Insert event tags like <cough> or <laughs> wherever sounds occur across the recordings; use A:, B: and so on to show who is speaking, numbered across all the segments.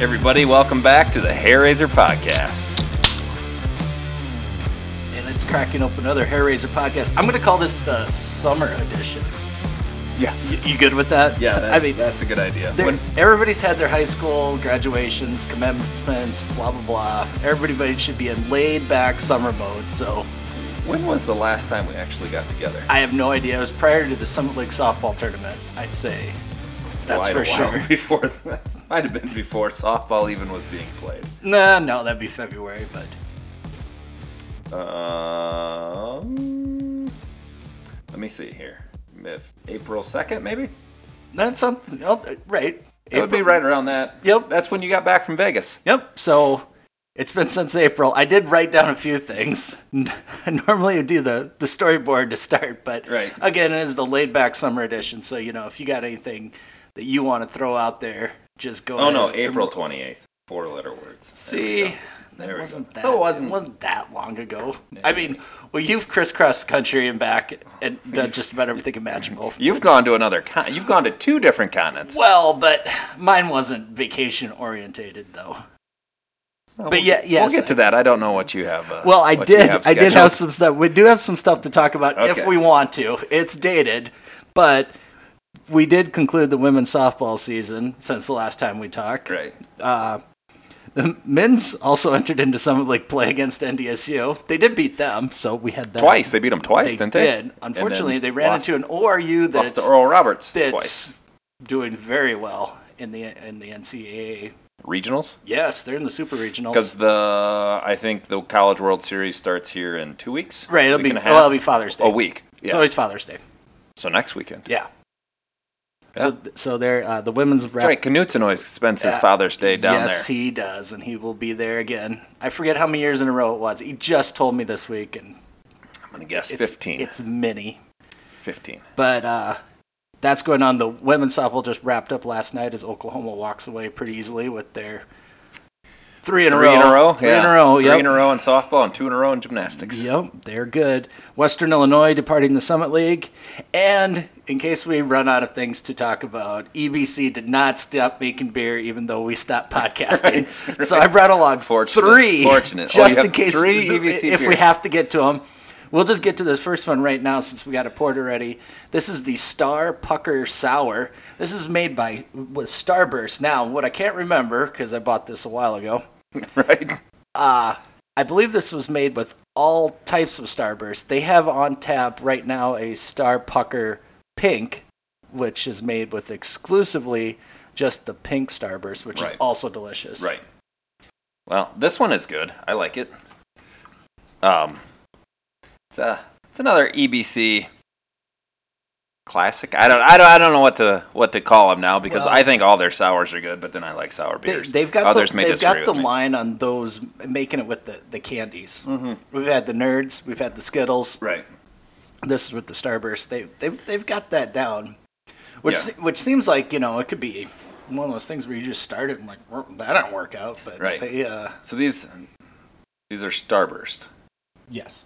A: Everybody, welcome back to the Hair Raiser Podcast.
B: And it's cracking up another Hair Razor podcast. I'm going to call this the summer edition.
A: Yes.
B: You, you good with that?
A: Yeah, that,
B: I mean,
A: that's a good idea.
B: they're-
A: When-
B: everybody's had their high school graduations, commencements, blah, blah, blah. Everybody should be in laid back summer mode. So
A: when was the last time we actually got together?
B: I have no idea. It was prior to the Summit League softball tournament, I'd say. That's
A: Quite
B: for
A: a while
B: sure.
A: <laughs>
B: <laughs>
A: Before that. might have been before softball even was being played.
B: Nah, no, that'd be February, but
A: Um, let me see here. If April second, maybe
B: that's something. Oh, right.
A: it would be right around that.
B: Yep.
A: That's when you got back from Vegas.
B: Yep. So it's been since April. I did write down a few things. <laughs> Normally, I do the, the storyboard to start, but
A: Right.
B: again, it is the laid back summer edition. So, you know, if you got anything that you want to throw out there, just go.
A: Oh no,
B: ahead.
A: April twenty eighth. Four letter words.
B: See,
A: There we
B: that
A: go.
B: wasn't that,
A: So it
B: it
A: wasn't-
B: wasn't that long ago. I mean, well, you've crisscrossed the country and back and done just about everything
A: <laughs>
B: imaginable.
A: You've gone to another. Con- you've gone to two different continents.
B: Well, but mine wasn't vacation orientated, though. But yeah, yes,
A: We'll get to that. I don't know what you have. Uh,
B: Well, I
A: what you
B: did. I did
A: scheduled.
B: have some stuff. We do have some stuff to talk about
A: Okay.
B: if we want to. It's dated, but we did conclude the women's softball season since the last time we talked.
A: Right.
B: The men's also <laughs> entered into Summit League play against NDSU. They did beat them, so we had that
A: Twice they beat them twice,
B: They
A: didn't they?
B: did.
A: And then
B: Unfortunately, they ran
A: lost,
B: into an ORU
A: lost
B: that's
A: to Oral Roberts twice.
B: that's doing very well in the in the NCAA.
A: Regionals
B: Yes, they're in the super
A: because
B: regionals.
A: the I think the College World Series starts here in two weeks.
B: Right, it'll
A: week
B: be
A: and a half,
B: well, it'll be Father's Day.
A: a week. Yeah.
B: It's always Father's Day.
A: so next weekend.
B: Yeah.
A: Yeah.
B: So, so there, uh, the women's
A: That's
B: rep.
A: right. Knutson always spends his
B: Yeah.
A: Father's Day down
B: yes,
A: there.
B: he does, and he will be there again. I forget how many years in a row it was. He just told me this week, and
A: I'm gonna guess
B: it's
A: 15.
B: It's many,
A: 15.
B: but uh, that's going on. The women's softball just wrapped up last night as Oklahoma walks away pretty easily with their three in a
A: Three
B: row.
A: in a row.
B: Three
A: yeah.
B: in a row.
A: Three
B: Yep.
A: in a row in softball and two in a row in gymnastics.
B: Yep, they're good. Western Illinois departing the Summit League. And in case we run out of things to talk about, EBC did not stop making beer even though we stopped podcasting.
A: <laughs>
B: So I brought along
A: Fortunate,
B: three.
A: fortunate. Oh,
B: Just
A: you have
B: in case
A: three
B: we-
A: EBC
B: if we
A: beers.
B: have to get to them. We'll just get to this first one right now since we got a porter ready. This is the Star Pucker Sour. This is made by was Starburst. Now, what I can't remember because I bought this a while ago.
A: <laughs> Right.
B: Uh, I believe this was made with all types of Starburst. They have on tap right now a Star Pucker Pink, which is made with exclusively just the pink Starburst, which
A: Right.
B: is also delicious.
A: Right. Well, this one is good. I like it. Um, it's a it's another EBC classic. I don't I don't I don't know what to what to call them now because
B: Well-
A: I think all their sours are good, but then I like sour
B: They,
A: beers.
B: they've got
A: others
B: the,
A: may
B: they've
A: disagree with
B: got the
A: me.
B: line on those making it with the, the candies. Mm-hmm. We've had the Nerds, we've had the Skittles.
A: Right.
B: This is with the Starburst. They they've they've got that down, which
A: Yeah.
B: se- which seems like you know it could be one of those things where you just start it and like "Well, that didn't work out, but
A: Right.
B: they, uh,
A: So these these are Starburst.
B: yes.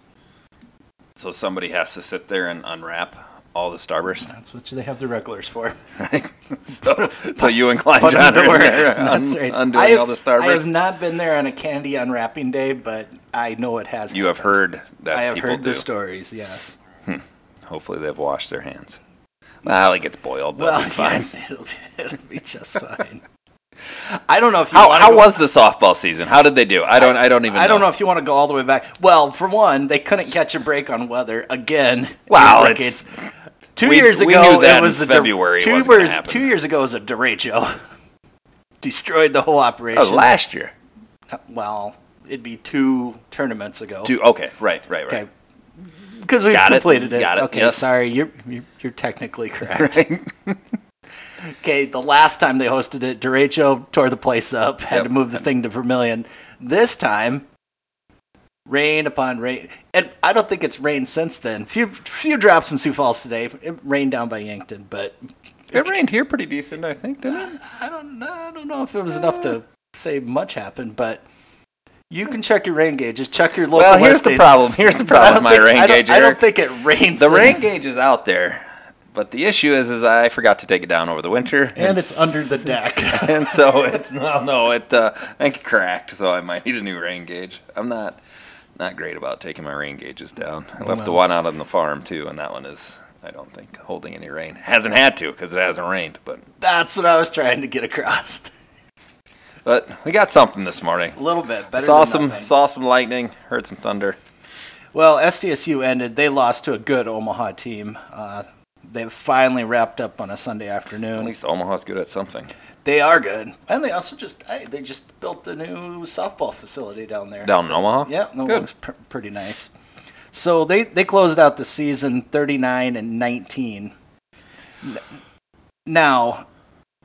A: So somebody has to sit there and unwrap all the Starburst. <laughs>
B: That's what they have the regulars for.
A: Right. so, so you and Klein
B: Put
A: John
B: them
A: are in
B: to
A: <laughs> there
B: work.
A: un-
B: That's right.
A: undoing
B: I have,
A: all the
B: I have
A: Starburst.
B: not been there on a candy unwrapping day, but I know it has.
A: You have
B: happened.
A: heard that
B: I have
A: people
B: heard
A: do.
B: the stories. Yes.
A: Hopefully they've washed their hands. Well, it gets boiled, but
B: Well, <laughs>
A: it'll be fine.
B: yes, it'll be, it'll be just fine. I don't know if you
A: How,
B: wanna
A: how
B: go-
A: was the softball season? How did they do? I don't. I don't even.
B: I don't know if you want to go all the way back. Well, for one, they couldn't catch a break on weather again. <laughs>
A: Wow,
B: Like,
A: it's-
B: two
A: we-
B: years
A: we
B: ago.
A: knew that
B: it was
A: in
B: a de-
A: February it
B: two
A: wasn't gonna
B: years.
A: happen.
B: Two years ago was a derecho. <laughs> Destroyed the whole operation.
A: That was last year.
B: well, it'd be two tournaments ago.
A: Two. Okay. Right. Right. Right.
B: Okay. Because we've
A: Got it.
B: completed it.
A: Got it.
B: Okay,
A: Yes.
B: sorry, you're, you're you're technically correct.
A: <laughs> Right.
B: Okay, the last time they hosted it, derecho tore the place up, had
A: Yep.
B: to move the thing to Vermillion. This time, rain upon rain, and I don't think it's rained since then. Few few drops in Sioux Falls today. It rained down by Yankton, but
A: It rained here pretty decent, I think, didn't it?
B: I don't know. I don't know if it was enough
A: Uh.
B: to say much happened, but. You can check your rain gauges. Check your local.
A: Well, here's
B: listings.
A: the problem. Here's the
B: <laughs> I
A: problem with
B: don't
A: my
B: think-
A: rain
B: I don't-
A: gauge,
B: I don't
A: Eric.
B: think it rains.
A: The
B: in-
A: rain gauge is out there. But the issue is, is I forgot to take it down over the winter,
B: <laughs> And it's under
A: <laughs>
B: the deck. <laughs>
A: and so it's no, no. It uh, I think it cracked, so I might need a new rain gauge. I'm not not great about taking my rain gauges down. I left the
B: Well.
A: one out on the farm too, and that one is I don't think holding any rain. Hasn't had to because it hasn't rained, but
B: That's what I was trying to get across.
A: but we got something this morning.
B: A little bit better.
A: saw
B: than
A: some
B: nothing.
A: saw some lightning, heard some thunder.
B: Well, SDSU ended. They lost to a good Omaha team. Uh, they finally wrapped up on a Sunday
A: At
B: afternoon.
A: least Omaha's good at something.
B: They are good, and they also just hey, they just built a new softball facility down there.
A: Down in Omaha.
B: Yeah, that
A: Good.
B: looks pr- pretty nice. So they they closed out the season 39 and 19. N- Now,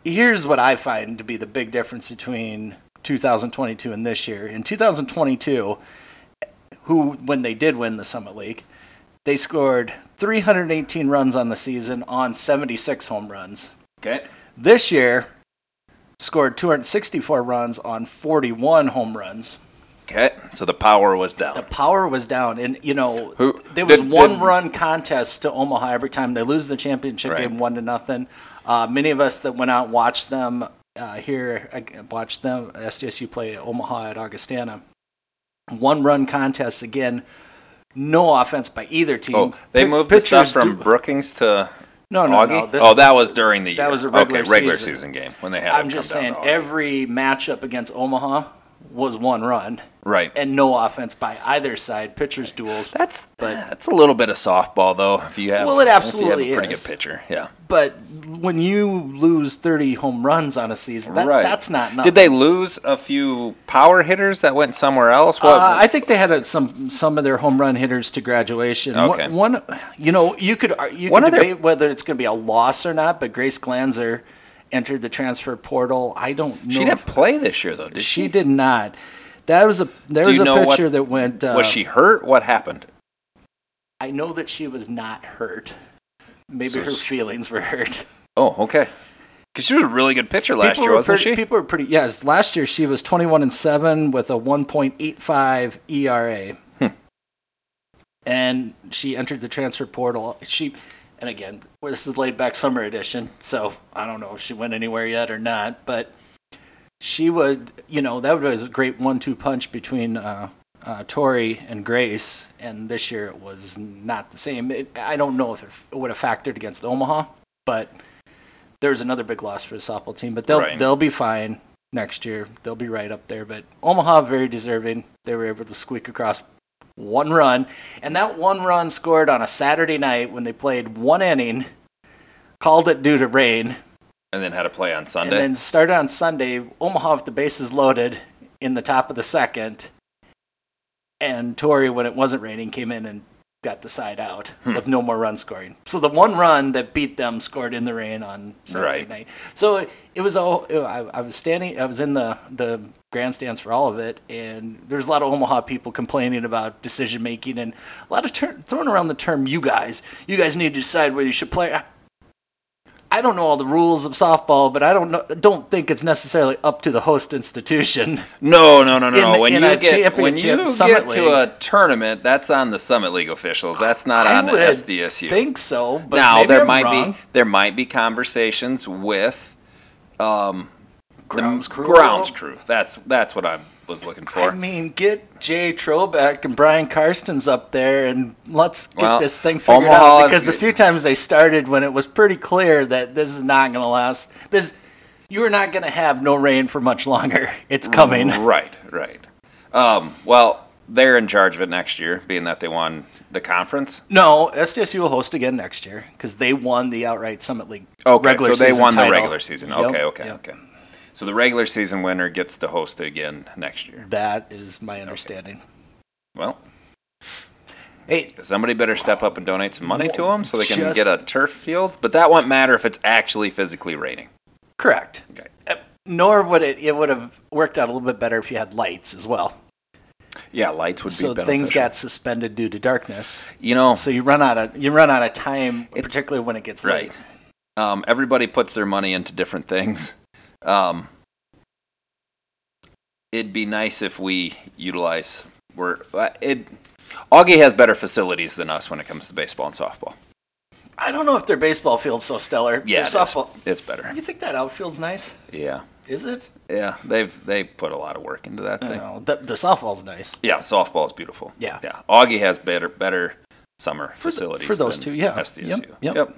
B: here's what I find to be the big difference between 2022 and this year. In 2022, who when they did win the Summit League, they scored 318 runs on the season on 76 home runs.
A: Okay.
B: This year, scored 264 runs on 41 home runs
A: Okay. So the power was down.
B: the power was down, and you know
A: Who-
B: there was
A: did-
B: one
A: did-
B: run contest to Omaha every time they lose the championship
A: Right.
B: game one to nothing. Uh, many of us that went out and watched them uh, here I watched them SDSU play Omaha at Augustana. One run contest again, no offense by either team.
A: Oh, they
B: Pi-
A: moved the stuff
B: pitchers
A: from
B: do-
A: Brookings to
B: no, no,
A: Augie.
B: no. This,
A: oh, that was during the
B: that
A: year.
B: was a
A: okay,
B: regular
A: regular
B: season.
A: game when they had. it
B: I'm
A: come
B: just
A: down
B: saying
A: to Augie.
B: every matchup against Omaha was one run
A: right.
B: and no offense by either side. Pitchers duels.
A: that's that's a little bit of softball though. If you have
B: Well, it
A: if you have
B: absolutely
A: a pretty
B: is.
A: good pitcher. Yeah.
B: But when you lose 30 home runs on a season, that,
A: right.
B: that's not nothing.
A: Did they lose a few power hitters that went somewhere else? What?
B: Uh, I think they had uh some some of their home run hitters to graduation. One-
A: Okay.
B: One, you know, you could ar- you
A: One
B: could
A: of their-
B: debate whether it's going to be a loss or not. But Grace Glanzer entered the transfer portal. I don't know.
A: she didn't
B: if-
A: play this year though, did she?
B: She did not. That was a there
A: Do
B: was
A: you
B: a
A: know what-
B: picture that went. Uh,
A: was she hurt? What happened?
B: I know that she was not hurt. Maybe
A: So
B: her
A: she-
B: feelings were hurt.
A: Oh, okay. Because she was a really good pitcher last
B: people
A: year,
B: were
A: wasn't
B: pretty,
A: she?
B: People were pretty. Yes, last year she was 21 and seven with a 1.85 ERA, E
A: Hmm.
B: and she entered the transfer portal. She, and again, well, this is laid back summer edition, so I don't know if she went anywhere yet or not. But she would, you know, that was a great one-two punch between. Uh, uh, Tori and Grace, and this year it was not the same. It, I don't know if it, f- it would have factored against Omaha, but there's another big loss for the softball team, but they'll
A: Right.
B: they'll be fine next year. They'll be right up there. But Omaha very deserving. They were able to squeak across one run, and that one run scored on a Saturday night when they played one inning, called it due to rain,
A: And then had a play on
B: and
A: Sunday.
B: then started on Sunday. Omaha with the bases loaded in the top of the second, and Torrey, when it wasn't raining, came in and got the side out
A: Hmm.
B: with no more run scoring. So the one run that beat them scored in the rain on Saturday
A: Right.
B: night. So it, it was all. I, I was standing. I was in the the grandstands for all of it, and there's a lot of Omaha people complaining about decision making and a lot of ter- throwing around the term "you guys." You guys need to decide whether you should play. I don't know all the rules of softball, but I don't know, don't think it's necessarily up to the host institution.
A: No, no, no, no.
B: In-
A: no. when,
B: in
A: you
B: a
A: get, when
B: championship
A: you
B: Summit
A: get to a tournament, that's on the Summit League officials. That's not
B: I
A: on
B: would
A: SDSU.
B: think so, but
A: now
B: maybe
A: there
B: I'm
A: might
B: wrong.
A: be there might be conversations with the
B: grounds crew.
A: grounds crew. That's that's what I was looking for.
B: I mean, get Jay Trobeck and Brian Karstens up there, and let's get
A: Well,
B: this thing figured
A: Omaha
B: out.
A: is-
B: Because a few times they started when it was pretty clear that this is not going to last. This you are not going to have no rain for much longer. <laughs> It's coming.
A: Right, right. Um, well, they're in charge of it next year, being that they won the conference.
B: No, SDSU will host again next year because they won the outright Summit League.
A: Okay,
B: regular
A: so they
B: season
A: won the
B: title.
A: regular season.
B: Yep,
A: Okay, okay,
B: yep.
A: okay. So the regular season winner gets to host it again next year.
B: That is my understanding.
A: Well,
B: Hey,
A: Somebody better step up and donate some money to
B: Well,
A: them so they can
B: just-
A: get a turf field. But that won't matter if it's actually physically raining.
B: correct.
A: Okay.
B: Uh, Nor would it it would have worked out a little bit better if you had lights as well.
A: Yeah, lights would
B: So
A: be beneficial.
B: things got suspended due to darkness.
A: you know,
B: So you run out of you run out of time, particularly when it gets
A: right.
B: late.
A: Um, everybody puts their money into different things. Um, it'd be nice if we utilize. We're uh, it. Augie has better facilities than us when it comes to baseball and softball.
B: I don't know if their baseball field's so stellar.
A: Yeah,
B: Their
A: it is.
B: softball.
A: It's better.
B: You think that outfield's nice?
A: Yeah,
B: Is it?
A: yeah. They've they put a lot of work into that thing.
B: No, the, the softball's nice.
A: Yeah, softball is beautiful.
B: Yeah.
A: yeah. Augie has better better summer
B: th-
A: facilities
B: for those
A: than
B: two, yeah.
A: SDSU.
B: Yep, yep.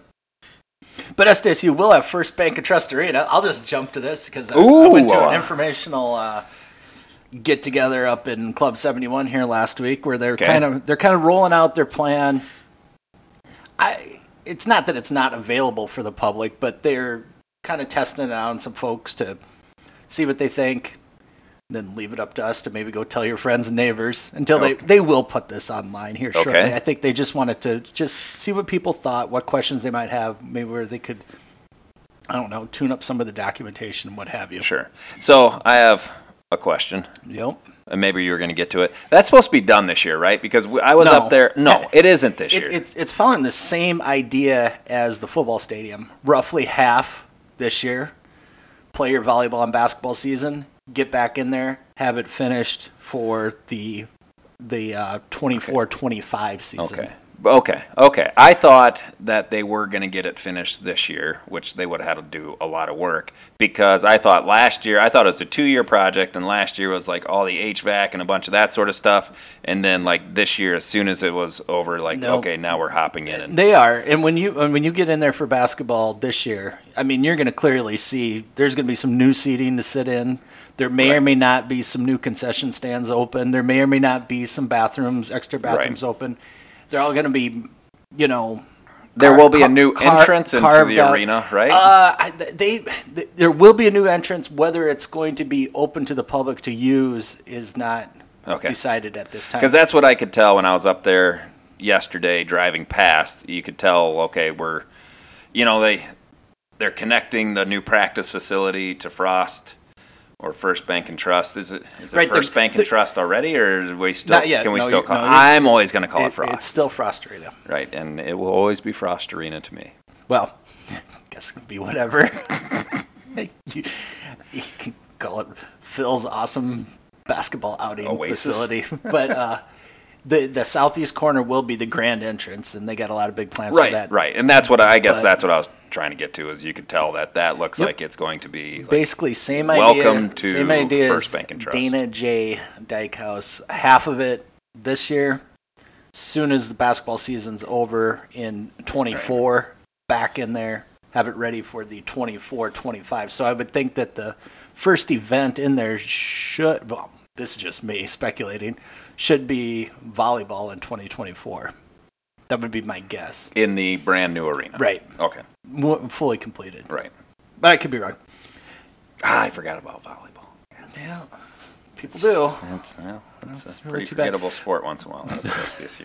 B: But SDSU will have First Bank of Trust Arena. I'll just jump to this because I, I
A: Ooh,
B: went to
A: uh,
B: an informational uh, get together up in Club Seventy One here last week, where they're
A: Okay.
B: kind of they're kind of rolling out their plan. I it's not that it's not available for the public, but they're kind of testing it out on some folks to see what they think. Then leave it up to us to maybe go tell your friends and neighbors until
A: Okay.
B: they, they will put this online here shortly.
A: Okay.
B: I think they just wanted to just see what people thought, what questions they might have, maybe where they could I don't know, tune up some of the documentation and what have you.
A: Sure. So I have a question,
B: Yep.
A: and maybe you were going to get to it. That's supposed to be done this year, right? Because we- I was
B: No.
A: up there. No, it isn't this
B: It,
A: year.
B: it's it's following the same idea as the football stadium. Roughly half this year. Play your volleyball and basketball season. Get back in there. Have it finished for the the uh, 24-25 season.
A: Okay. Okay. Okay. I thought that they were going to get it finished this year, which they would have had to do a lot of work because I thought last year, I thought it was a two year project, and last year was like all the HVAC and a bunch of that sort of stuff. And then, like, this year, as soon as it was over, like,
B: No.
A: okay, now we're hopping in. And,
B: They are, and when you and when you get in there for basketball this year, I mean, you're going to clearly see there's going to be some new seating to sit in. There may or may not be some new concession stands open. There may or may not be some bathrooms, extra bathrooms open. They're all going to be, you know,
A: there
B: car-
A: will be a
B: car-
A: new
B: car-
A: entrance into
B: carved
A: the
B: out.
A: arena, right?
B: Uh, I, th- they, th- there will be a new entrance. Whether it's going to be open to the public to use is not
A: Okay.
B: decided at this time.
A: Because that's what I could tell when I was up there yesterday driving past. You could tell, okay, we're, you know, they they're connecting the new practice facility to Frost or First Bank and Trust. Is it is it
B: Right, the-
A: First Bank and
B: the-
A: Trust already, or are we still
B: not yet.
A: can we
B: No,
A: still
B: you-
A: call?
B: no,
A: it?
B: you-
A: I'm
B: it's-
A: always going to call it, Frost,
B: It's still Frost Arena.
A: right? And it will always be Frost Arena to me.
B: Well, <laughs> I guess it could be whatever. <laughs> you, you can call it Phil's awesome basketball outing
A: Oasis.
B: facility, <laughs> but uh, the the southeast corner will be the grand entrance, and they got a lot of big plans for
A: Right,
B: that.
A: right, and that's what I, I guess
B: But-
A: that's what I was trying to get to is you could tell that that looks
B: Yep.
A: like it's going to be like,
B: Basically, same idea.
A: Welcome to
B: same idea
A: First
B: as
A: Bank and Trust.
B: Dana J. Dykehouse. Half of it this year. Soon as the basketball season's over in 24, back in there, have it ready for the 24 25. So I would think that the first event in there should, well, this is just me speculating, should be volleyball in 2024. That would be my guess.
A: in the brand new arena.
B: Right.
A: Okay.
B: Mo- Fully completed.
A: Right.
B: But I could be wrong.
A: Ah, I forgot about volleyball.
B: Yeah. People do.
A: That's, well, that's,
B: That's
A: a
B: really
A: pretty
B: too bad.
A: forgettable sport once
B: <laughs>
A: in a while. That's the issue.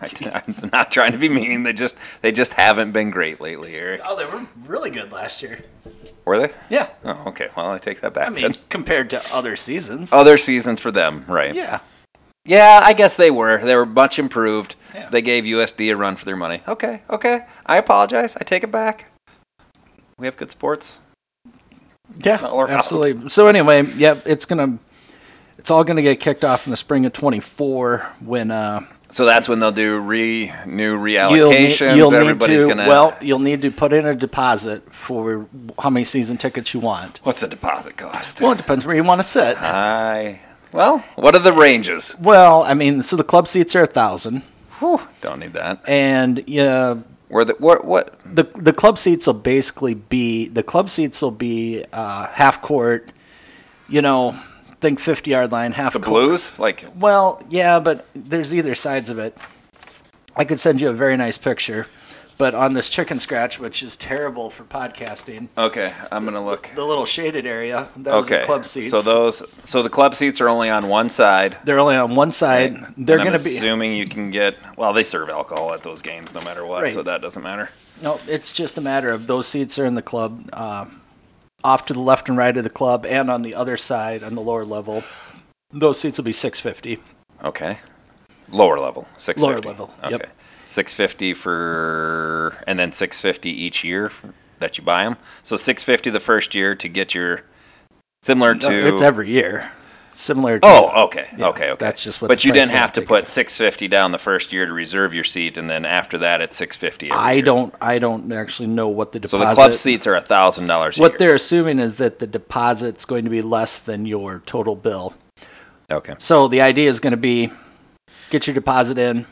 A: I, <laughs> am not trying to be mean. They just they just haven't been great lately, Eric.
B: Oh, they were really good last year.
A: Were they?
B: Yeah.
A: Oh, okay. Well, I take that back.
B: I mean,
A: then.
B: compared to other seasons.
A: Other seasons for them, right?
B: yeah.
A: Yeah, I guess they were. They were much improved.
B: Yeah.
A: They gave USD a run for their money. Okay, okay. I apologize. I take it back. We have good sports.
B: Yeah.
A: Not work out.
B: Absolutely. So anyway, yep, it's gonna it's all gonna get kicked off in the spring of twenty four when uh
A: So that's when they'll do re new
B: you'll, ne-
A: reallocations.
B: you'll need
A: Everybody's
B: to
A: gonna
B: well, you'll need to put in a deposit for how many season tickets you want.
A: What's the deposit cost?
B: Well it depends where you want to sit.
A: I well, what are the ranges?
B: Well, I mean, so the club seats are a thousand
A: Whew, don't need that.
B: and you know,
A: Where the what what?
B: the the club seats will basically be the club seats will be uh, half court, you know, think fifty yard line, half
A: The
B: court.
A: blues? Like
B: Well, yeah, but there's either sides of it. I could send you a very nice picture, but on this chicken scratch, which is terrible for podcasting,
A: okay, I'm gonna look.
B: the little shaded area that was
A: Okay,
B: the club seats.
A: so those so the club seats are only on one side.
B: they're only on one side. They're
A: and I'm
B: going to be
A: assuming you can get. Well, they serve alcohol at those games no matter what,
B: Right.
A: so that doesn't matter.
B: No, it's just a matter of those seats are in the club, uh, off to the left and right of the club, and on the other side on the lower level. Those seats will be six fifty.
A: Okay, lower level six.
B: level,
A: Okay,
B: yep.
A: six fifty for and then six fifty each year that you buy them. So six fifty the first year to get your similar to
B: It's every year. similar. To
A: Oh, okay,
B: Yeah,
A: okay, okay.
B: That's just what.
A: but
B: the
A: you
B: price
A: didn't
B: they
A: have to
B: take.
A: put 650 down the first year to reserve your seat, and then after that, it's 650. every
B: I
A: year.
B: don't. I don't actually know what the
A: So
B: deposit.
A: the club seats are a thousand dollars a
B: what
A: year.
B: they're assuming is that the deposit's going to be less than your total bill.
A: Okay.
B: So the idea is going to be get your deposit in.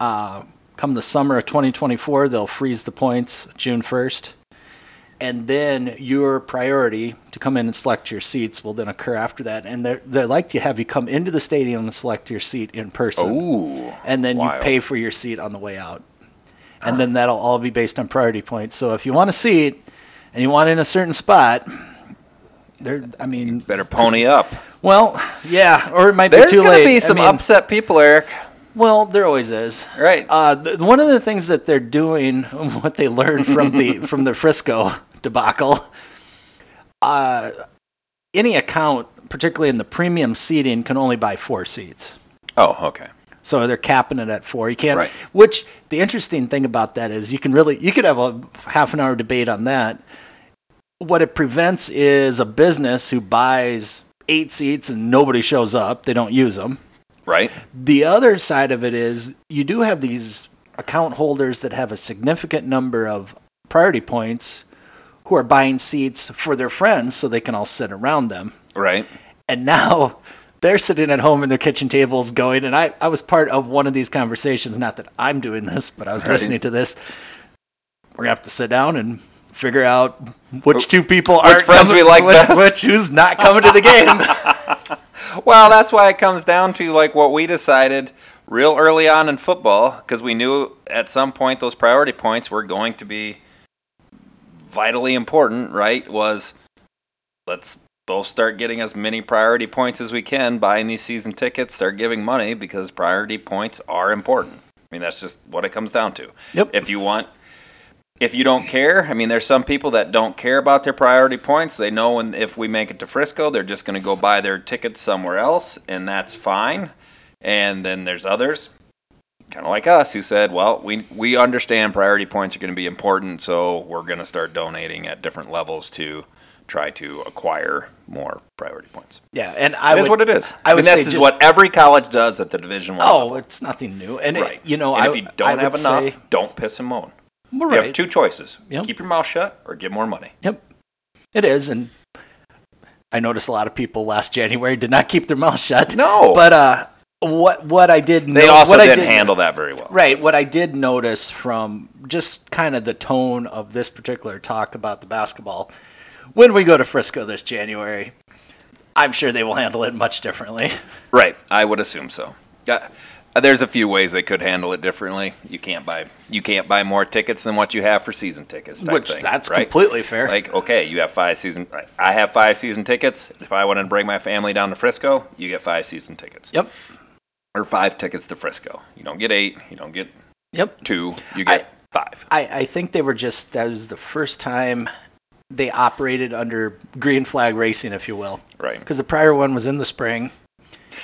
B: Uh, come the summer of 2024, they'll freeze the points June 1st. And then your priority to come in and select your seats will then occur after that. And they're, they're like to have you come into the stadium and select your seat in person.
A: Ooh.
B: and then you
A: Oh, wild.
B: pay for your seat on the way out. And then that'll all be based on priority points. So if you want a seat and you want in a certain spot, there, I mean,
A: Better pony up.
B: well, yeah, or it might
A: There's
B: be too
A: going
B: late.
A: to be
B: I
A: some
B: mean,
A: upset people, Eric.
B: Well, there always is.
A: Right.
B: Uh, th- one of the things that they're doing, <laughs> what they learned from the from the Frisco debacle, uh, any account, particularly in the premium seating, can only buy four seats.
A: oh, okay.
B: So they're capping it at four. You can't.
A: Right.
B: Which the interesting thing about that is you can really you could have a half an hour debate on that. What it prevents is a business who buys eight seats and nobody shows up. They don't use them.
A: Right.
B: The other side of it is you do have these account holders that have a significant number of priority points who are buying seats for their friends so they can all sit around them
A: Right.
B: and now <laughs> they're sitting at home in their kitchen tables going and I, I was part of one of these conversations not that i'm doing this but i was
A: Right.
B: listening to this we're gonna have to sit down and figure out which two people are
A: friends we like
B: <laughs> which,
A: best.
B: which who's not coming to the game
A: <laughs> Well, that's why it comes down to like what we decided real early on in football because we knew at some point those priority points were going to be vitally important, right? Was let's both start getting as many priority points as we can, buying these season tickets, start giving money because priority points are important. I mean, that's just what it comes down to.
B: Yep.
A: If you want if you don't care, I mean, there's some people that don't care about their priority points. They know when if we make it to Frisco, they're just going to go buy their tickets somewhere else, and that's fine. And then there's others, kind of like us, who said, "Well, we we understand priority points are going to be important, so we're going to start donating at different levels to try to acquire more priority points."
B: yeah and i
A: That
B: would,
A: is what it is.
B: I
A: I,
B: would
A: mean,
B: say
A: this is
B: just-
A: what every college does at the Division One.
B: oh
A: level.
B: it's nothing new and it-
A: right.
B: you know
A: and
B: I,
A: if you don't
B: I
A: have
B: would
A: enough,
B: say,
A: don't piss and moan.
B: we're
A: You
B: right.
A: have two choices:
B: Yep.
A: keep your mouth shut or get more money.
B: Yep. It is. And I noticed a lot of people last January did not keep their mouth shut.
A: No.
B: But uh, what what I did
A: They
B: no-
A: also
B: what I
A: didn't
B: did,
A: handle that very well.
B: Right. What I did notice from just kind of the tone of this particular talk about the basketball, when we go to Frisco this January, I'm sure they will handle it much differently.
A: Right. I would assume so. Uh, there's a few ways they could handle it differently. You can't buy you can't buy more tickets than what you have for season tickets. Type
B: Which
A: thing,
B: that's
A: right?
B: completely
A: <laughs>
B: fair.
A: Like okay, you have five season. like, I have five season tickets. If I wanted to bring my family down to Frisco, you get five season tickets
B: yep.
A: or five tickets to Frisco. You don't get eight. You don't get
B: Yep.
A: two. You get five.
B: I, I think they were just that was the first time they operated under green flag racing, if you will.
A: Right.
B: because the prior one was in the spring.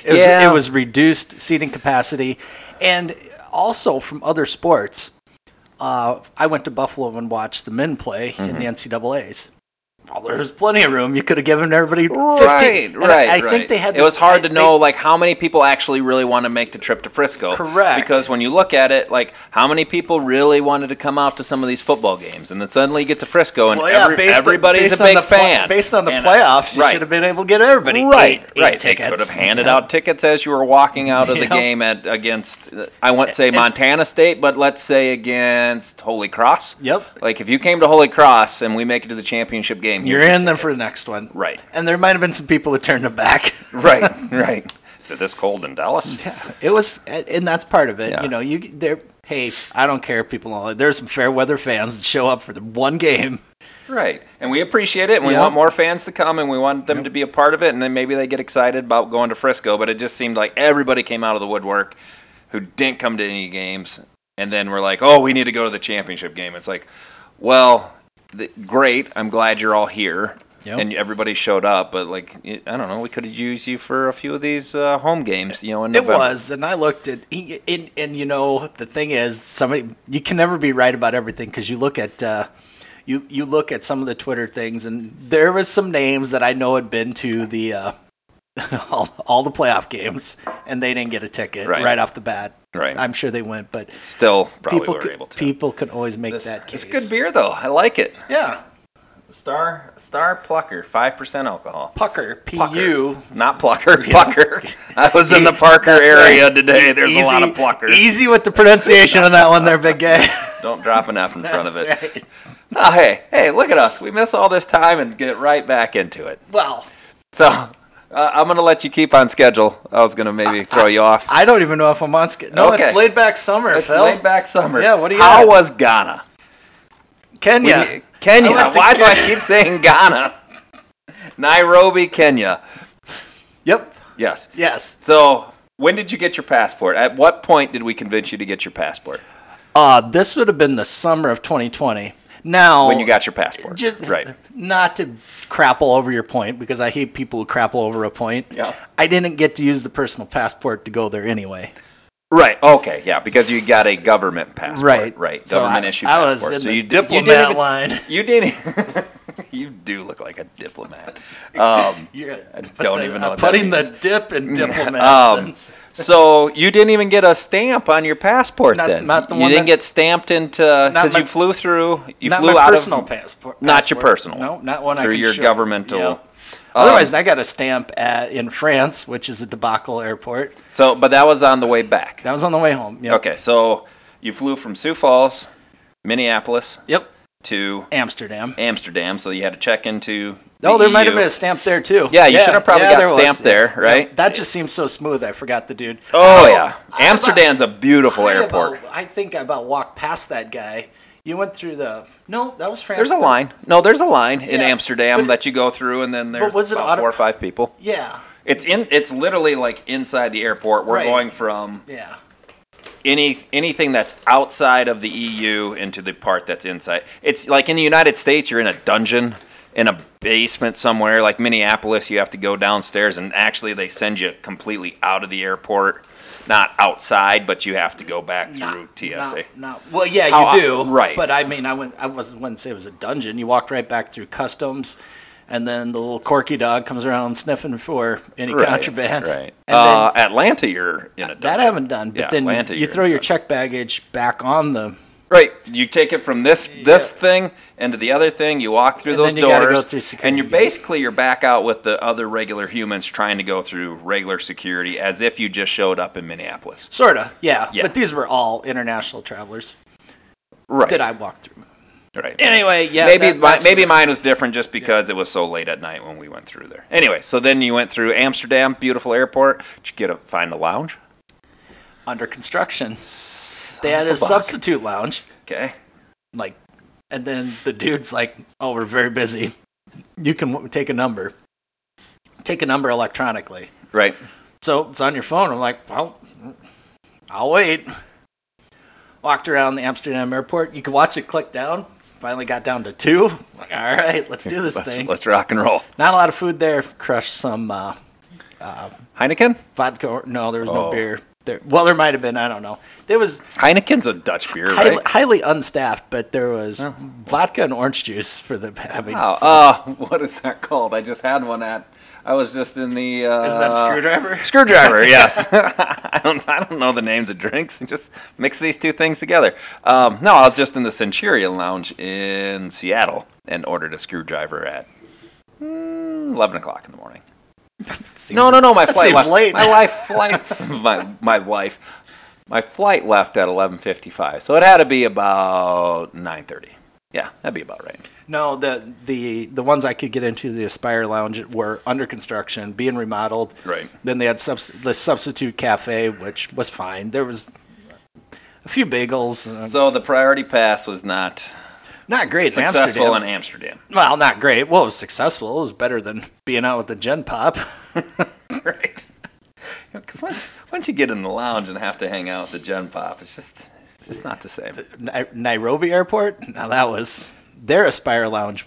B: It was,
A: Yeah.
B: it was reduced seating capacity, and also from other sports. Uh, I went to Buffalo and watched the men play in
A: Mm-hmm.
B: the NCAA's. Well, there was plenty of room. You could have given everybody 15.
A: Right,
B: And
A: right.
B: I, I
A: right.
B: think they had.
A: It was
B: this-
A: hard
B: I-
A: to know like how many people actually really want to make the trip to Frisco.
B: Correct.
A: Because when you look at it, like how many people really wanted to come out to some of these football games, and then suddenly you get to Frisco and
B: Well, yeah,
A: every-
B: based on-
A: everybody's
B: based
A: a
B: on
A: big
B: the pla-
A: fan.
B: based on the
A: And, uh,
B: playoffs, you
A: right.
B: should have been able to get everybody
A: Right,
B: eight- eight
A: right.
B: tickets.
A: They could have
B: <laughs>
A: handed
B: Yeah.
A: out tickets as you were walking out of the
B: <laughs> Yep.
A: game at against, uh, I won't say Montana State, but let's say against Holy Cross.
B: Yep.
A: Like if you came to Holy Cross and we make it to the championship game,
B: You're
A: here's your
B: in them
A: ticket.
B: for the next one,
A: Right.
B: And there might have been some people who turned
A: <laughs>
B: them back.
A: <laughs> Right,
B: <laughs>
A: right. Is it this cold in Dallas?
B: Yeah, it was, and that's part of it.
A: Yeah.
B: You know, you there. Hey, I don't care if people don't. There's some fair weather fans that show up for the one game.
A: Right. And we appreciate it. And we
B: Yeah.
A: want more fans to come and we want them to be a part of it. And then maybe they get excited about going to Frisco. But it just seemed like everybody came out of the woodwork who didn't come to any games. And then we're like, oh, we need to go to the championship game. It's like, well, th- great. I'm glad you're all here.
B: Yep.
A: And everybody showed up. But, like, y- I don't know. We could have used you for a few of these uh, home games, you know, in
B: It
A: November.
B: was, and I looked at, he- and, and you know, the thing is, somebody you can never be right about everything because you look at, uh, you you look at some of the Twitter things, and there was some names that I know had been to the uh, <laughs> all, all the playoff games, and they didn't get a ticket
A: Right.
B: right, off the bat.
A: Right.
B: I'm sure they went, but
A: Still, probably
B: people
A: were
B: could,
A: able to.
B: people could always make
A: this,
B: that case.
A: It's good beer though. I like it.
B: yeah,
A: Star Star Plucker, five percent alcohol.
B: pucker, P
A: Plucker.
B: U.
A: Not
B: <laughs>
A: plucker, plucker. I was in the Parker
B: That's
A: area
B: right. E-
A: today. There's a lot of
B: Easy- e-
A: pluckers.
B: Easy with the pronunciation on that one, there, big guy.
A: Don't drop an F <laughs> in front of it.
B: That's right.
A: Oh, hey, hey, look at us. We miss all this time and get right back into it.
B: Well,
A: So <laughs> uh, I'm going to let you keep on schedule. I was going to
B: <laughs>
A: maybe throw you off.
B: I don't even know if I'm on. Sk- no,
A: Okay.
B: it's laid back summer,
A: It's
B: Phil.
A: laid back summer.
B: Yeah, what do you
A: How
B: got?
A: was Ghana?
B: Kenya.
A: Kenya.
B: I went to
A: Why do I
B: Kenya.
A: keep saying Ghana? <laughs> Nairobi, Kenya.
B: Yep.
A: Yes.
B: Yes.
A: So when did you get your passport? At what point did we convince you to get your passport?
B: Uh, this would have been the summer of 2020. Now,
A: When you got your passport.
B: just
A: right.
B: not to crapple over your point because I hate people who crapple over a point.
A: Yeah.
B: I didn't get to use the personal passport to go there anyway.
A: Right. Okay. Yeah. Because you got a government passport.
B: Right.
A: Right.
B: So
A: Government
B: I-
A: issue
B: I
A: passport.
B: was in the
A: di- didn't
B: diplomat
A: even-
B: <laughs> line.
A: You didn't. e-, <laughs> you do look like a diplomat. Um, <laughs>
B: You're, I
A: don't even know what that
B: putting the
A: means.
B: dip
A: <laughs>
B: in diplomat
A: Um,
B: sense.
A: so you didn't even get a stamp on your passport
B: Not-
A: then.
B: not the
A: you
B: one
A: didn't
B: that-
A: get stamped into because
B: my-
A: you flew through. You
B: not
A: flew
B: my
A: out
B: personal
A: of
B: passport.
A: not your
B: passport.
A: personal.
B: No, not one I
A: through
B: can
A: your
B: show.
A: governmental. um,
B: Yep. Otherwise, I got a stamp at in France, which is a debacle airport.
A: So, but that was on the way back.
B: That was on the way home. Yep.
A: Okay, so you flew from Sioux Falls, Minneapolis
B: Yep.
A: to
B: Amsterdam.
A: Amsterdam. So you had to check into.
B: Oh,
A: the E
B: there might
A: EU.
B: have been a stamp there too.
A: Yeah, you should have probably got
B: there was.
A: stamped there, right?
B: Yeah, that just seems so smooth. I forgot the dude.
A: Oh, yeah,
B: I about-
A: Amsterdam's a beautiful
B: I
A: airport.
B: about- I think I about walked past that guy. You went through the no, that was France.
A: There's a line. No, there's a line in
B: Yeah,
A: Amsterdam
B: but-
A: that you go through, and then there's
B: was it
A: about
B: auto-
A: four or five people.
B: Yeah,
A: It's in. It's literally like inside the airport. We're
B: Right.
A: going from
B: yeah.
A: any anything that's outside of the EU into the part that's inside. It's like in the United States, you're in a dungeon in a basement somewhere. Like Minneapolis, you have to go downstairs, and actually they send you completely out of the airport, not outside, but you have to go back through TSA.
B: Not, not- well, yeah,
A: How-
B: you do.
A: right.
B: But I mean, I went. I was wouldn't say it was a dungeon. You walked right back through customs, and then the little corky dog comes around sniffing for any
A: Right,
B: contraband.
A: Right.
B: And then
A: Uh, Atlanta, you're in a dungeon.
B: that I haven't done. But
A: Yeah,
B: then
A: Atlanta,
B: you
A: you're
B: throw
A: in a
B: your
A: dungeon.
B: check baggage back on the
A: Right. You take it from this this thing into the other thing. You walk through
B: And
A: those
B: then you
A: doors,
B: gotta go through
A: and
B: security
A: you're
B: again.
A: basically you're back out with the other regular humans trying to go through regular security as if you just showed up in Minneapolis.
B: Sort of, yeah.
A: Yeah.
B: But these were all international travelers
A: Right.
B: that I walked through.
A: Right.
B: Anyway, yeah.
A: maybe
B: that-
A: my,
B: that's-
A: maybe mine was different just because it was so late at night when we went through there. Anyway, so then you went through Amsterdam, beautiful airport. Did you get a find a lounge?
B: under construction. They
A: of
B: had
A: a
B: a
A: buck.
B: substitute lounge,
A: Okay.
B: like, and then the dude's like, "Oh, we're very busy. You can w- take a number. Take a number electronically."
A: Right.
B: So it's on your phone. I'm like, "Well, I'll wait." Walked around the Amsterdam airport. You could watch it click down. Finally got down to two. Like, all right, let's do
A: <laughs>
B: this
A: Let's,
B: thing.
A: let's rock and roll.
B: Not a lot of food there. Crushed some uh,
A: Heineken.
B: vodka. Or, no, there was
A: Oh.
B: no beer. There, well, there might have been. I don't know. There was
A: Heineken's a Dutch beer,
B: highly,
A: right?
B: highly unstaffed, but there was vodka and orange juice for the having.
A: Oh,
B: <laughs> so-
A: uh, <laughs> what is that called? I just had one at. I was just in the. Uh,
B: is that screwdriver?
A: Screwdriver, <laughs> yes. I don't. I don't know the names of drinks. Just mix these two things together. Um, no, I was just in the Centurion Lounge in Seattle and ordered a screwdriver at mm, eleven o'clock in the
B: <laughs>
A: morning.
B: Seems-
A: No, no, no. My
B: that
A: flight
B: seems
A: left.
B: late.
A: My life flight.
B: <laughs>
A: my my wife. My flight left at eleven fifty-five, so it had to be about nine thirty. Yeah, that'd be about right.
B: No, the the the ones I could get into the Aspire Lounge were under construction, being remodeled.
A: Right.
B: Then they had subst- the substitute cafe, which was fine. There was a few bagels. uh,
A: So the priority pass was not
B: not great. in
A: successful
B: Amsterdam.
A: in Amsterdam.
B: well, not great. Well, it was successful. It was better than being out with the Gen Pop. <laughs>
A: <laughs> Right. Because once once you get in the lounge and have to hang out with the Gen Pop, it's just it's just not the same.
B: Nai- Nairobi Airport. Now that was their Aspire Lounge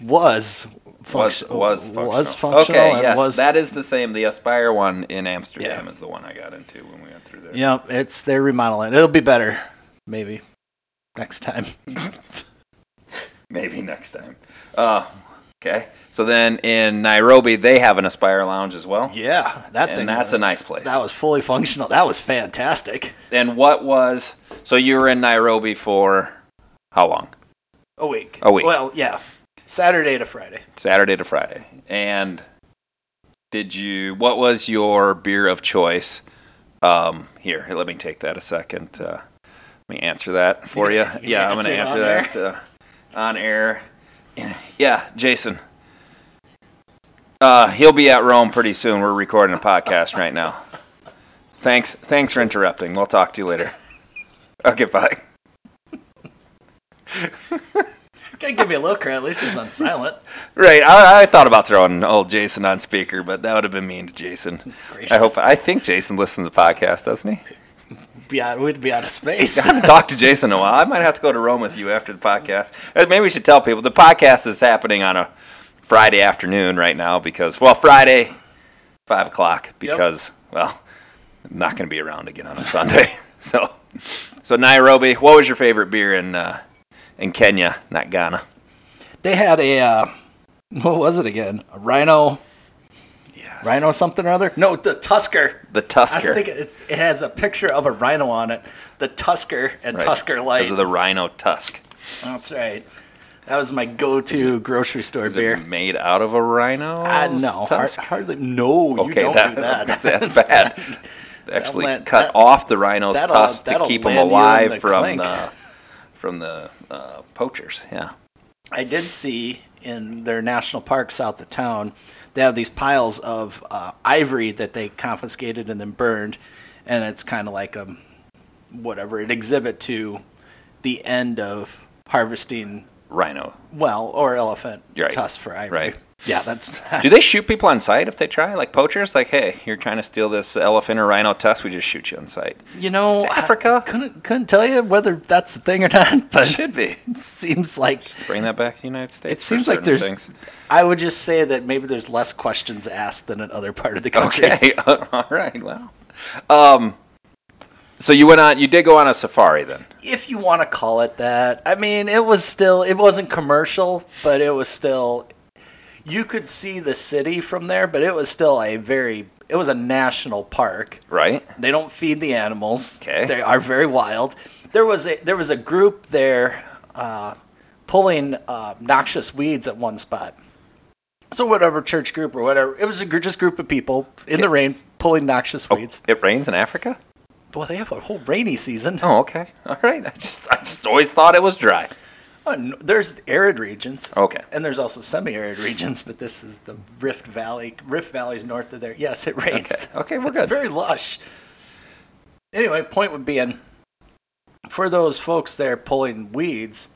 A: Was
B: was function-
A: was functional.
B: was functional.
A: Okay,
B: and
A: yes,
B: was-
A: that is the same. The Aspire one in Amsterdam
B: Yeah.
A: is the one I got into when we went through there.
B: yeah, it's their remodeling. It'll be better, maybe next time.
A: Maybe next time. Uh, Okay. So then in Nairobi, they have an Aspire Lounge as well.
B: Yeah, that thing.
A: And that's
B: was,
A: a nice place.
B: That was fully functional. That was fantastic.
A: And what was. So you were in Nairobi for how long?
B: A week.
A: A week.
B: Well, yeah, Saturday to Friday.
A: Saturday to Friday. And did you. What was your beer of choice? Um, here, let me take that a second. Uh, let me answer that for you.
B: You
A: yeah, I'm going
B: answer
A: to
B: it
A: answer
B: on air?
A: that uh, on air. Yeah, Jason. Uh, he'll be at Rome pretty soon. We're recording a podcast right now. Thanks, thanks for interrupting. We'll talk to you
B: <laughs>
A: later. Okay, bye.
B: Gotta give me a little credit. At least it was on silent.
A: Right, I, I thought about throwing old Jason on speaker, but that would have been mean to Jason. I hope.
B: Gracious.
A: I think Jason listens to the podcast, doesn't he?
B: Be out, we'd be out
A: <laughs>
B: of space.
A: I haven't talked to Jason in a while. I might have to go to Rome with you after the podcast. Uh, Maybe we should tell people the podcast is happening on a Friday afternoon right now because, well, Friday, five o'clock because, well, I'm not going to be around again on a Sunday. <laughs> so, so Nairobi. What was your favorite beer in uh, in Kenya, not Ghana?
B: They had a uh, what was it again? A rhino,
A: Yes.
B: rhino something or other? No, the Tusker.
A: The
B: I was
A: Tusker.
B: thinking it's, it has a picture of a rhino on it. The Tusker and
A: Right,
B: Tusker
A: because
B: Light.
A: of the rhino tusk.
B: That's right. That was my go-to grocery store
A: Is
B: beer.
A: it made out of a rhino?
B: Ah, no, har-
A: tusk?
B: hardly. No, you
A: Okay,
B: don't
A: that, <laughs>
B: do
A: I was
B: that.
A: gonna say,
B: <laughs>
A: that's bad. They actually
B: land-
A: cut
B: that-
A: off the rhino's
B: that'll-
A: tusk to
B: that'll
A: keep them
B: land you in
A: alive
B: the
A: from
B: clink.
A: the from the uh, poachers. Yeah,
B: I did see in their national park south of town, they have these piles of uh, ivory that they confiscated and then burned, and it's kind of like a whatever an exhibit to the end of harvesting
A: rhino.
B: well or elephant
A: Right.
B: tusk for ivory.
A: Right.
B: Yeah, that's
A: Do they shoot people on sight if they try? Like poachers, like, hey, you're trying to steal this elephant or rhino tusk, we just shoot you on
B: <laughs>
A: sight.
B: <laughs> you know
A: It's Africa.
B: I couldn't couldn't tell you whether that's the thing or not, <laughs> but
A: Should be
B: it seems like
A: bring that back to the United States.
B: it
A: for
B: seems
A: certain
B: like there's.
A: things.
B: I would just say that maybe there's less questions asked than in other part of the country.
A: Okay. <laughs> All right. Well. Um. So you went on. You did go on a safari then.
B: if you want to call it that. I mean, it was still it wasn't commercial, but it was still you could see the city from there, but it was still a very it was a national park.
A: Right.
B: They don't feed the animals.
A: Okay.
B: They are very wild. There was a there was a group there uh, pulling uh, noxious weeds at one spot. So whatever church group or whatever, it was a gr- just group of people in the rain pulling noxious weeds.
A: It rains in Africa.
B: Well, they have a whole rainy season.
A: Oh, okay. All right. I just, I just always thought it was
B: <laughs>
A: dry.
B: Oh, n- there's arid regions.
A: Okay.
B: And there's also semi-arid regions, but this is the Rift Valley. Rift Valley's north of there. Yes, it rains.
A: Okay. Okay, we're
B: <laughs> it's
A: good.
B: very lush. Anyway, point would be in for those folks there pulling weeds,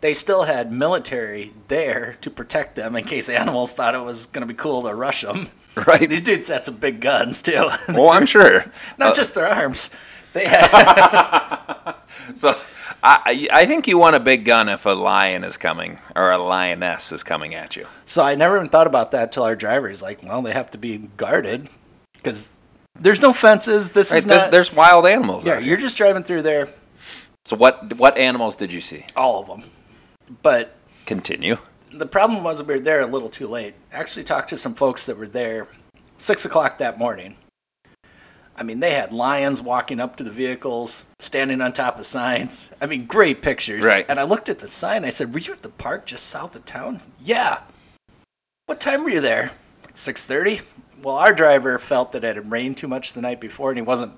B: they still had military there to protect them in case animals thought it was going to be cool to rush them.
A: Right.
B: These dudes had some big guns too, <laughs>
A: Oh, I'm sure. Uh,
B: not just their arms.
A: <laughs>
B: They had
A: So I, I I think you want a big gun if a lion is coming or a lioness is coming at you.
B: So I never even thought about that till our driver is like, well, they have to be guarded because there's no fences. This
A: Right,
B: is not.
A: there's, there's wild animals.
B: yeah,
A: out here.
B: you're just driving through there,
A: So what what animals did you see?
B: all of them. But
A: Continue.
B: the problem was we were there a little too late. I actually talked to some folks that were there six o'clock that morning. I mean, they had lions walking up to the vehicles, standing on top of signs. I mean, great pictures.
A: Right.
B: And I looked at the sign. I said, "Were you at the park just south of town?" Yeah. What time were you there? Six thirty. Well, our driver felt that it had rained too much the night before, and he wasn't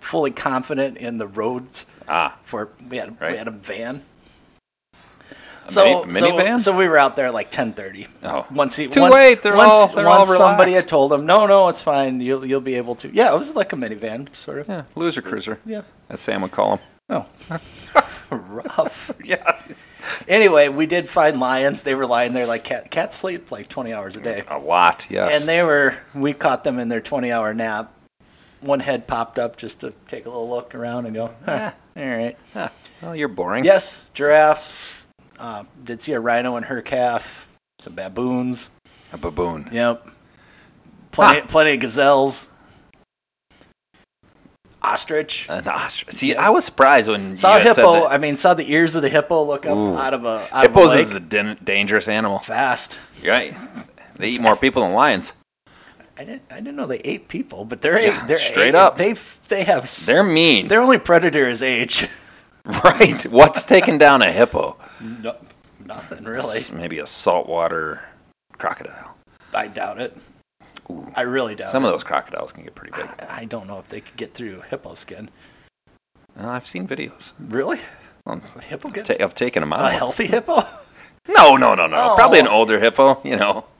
B: fully confident in the roads
A: Ah,
B: for we had
A: Right.
B: we had a van.
A: a
B: So,
A: mini,
B: so-
A: minivan.
B: so we were out there like ten thirty.
A: oh,
B: Once he
A: it's too
B: once-
A: late. They're
B: once,
A: all they're
B: once
A: all
B: somebody had
A: relaxed.
B: told him, no, no, it's fine. You'll you'll be able to. Yeah, it was like a minivan, sort of.
A: yeah, loser cruiser.
B: Yeah.
A: as Sam would
B: <laughs>
A: call him.
B: Oh, rough.
A: Yeah.
B: Anyway, we did find lions. They were lying there like cat. Cats sleep like twenty hours a day,
A: A lot. Yes.
B: and they were. We caught them in their twenty-hour nap. One head popped up just to take a little look around and go, huh, all right.
A: Huh. Ah, Well, you're boring.
B: Yes, giraffes. Uh, did see a rhino and her calf. Some baboons.
A: A baboon.
B: Yep. Plenty, plenty of gazelles. ostrich.
A: An ostrich. See, I was surprised when
B: Saw
A: Uh, you
B: a
A: had said
B: hippo.
A: that.
B: I mean, saw the ears of the hippo look up
A: Ooh.
B: out of a out of a
A: Hippos
B: lake.
A: is a den- dangerous animal.
B: Fast.
A: Right. They eat more people than lions.
B: I didn't. I didn't know they ate people, but they're
A: Yeah,
B: they're
A: straight up.
B: They they have s-
A: They're mean. <laughs>
B: their only predator is age. <laughs>
A: right. What's taking down a <laughs> hippo?
B: No, nothing really.
A: S- Maybe a saltwater crocodile.
B: I doubt it. I really doubt
A: Some
B: it.
A: of those crocodiles can get pretty <sighs> big.
B: I don't know if they could get through hippo skin.
A: Uh, I've seen videos.
B: Really?
A: Um,
B: A hippo gets
A: Ta- I've taken them
B: a
A: out.
B: healthy hippo?
A: No, no, no, no.
B: Oh.
A: Probably an older hippo, you know.
B: <laughs>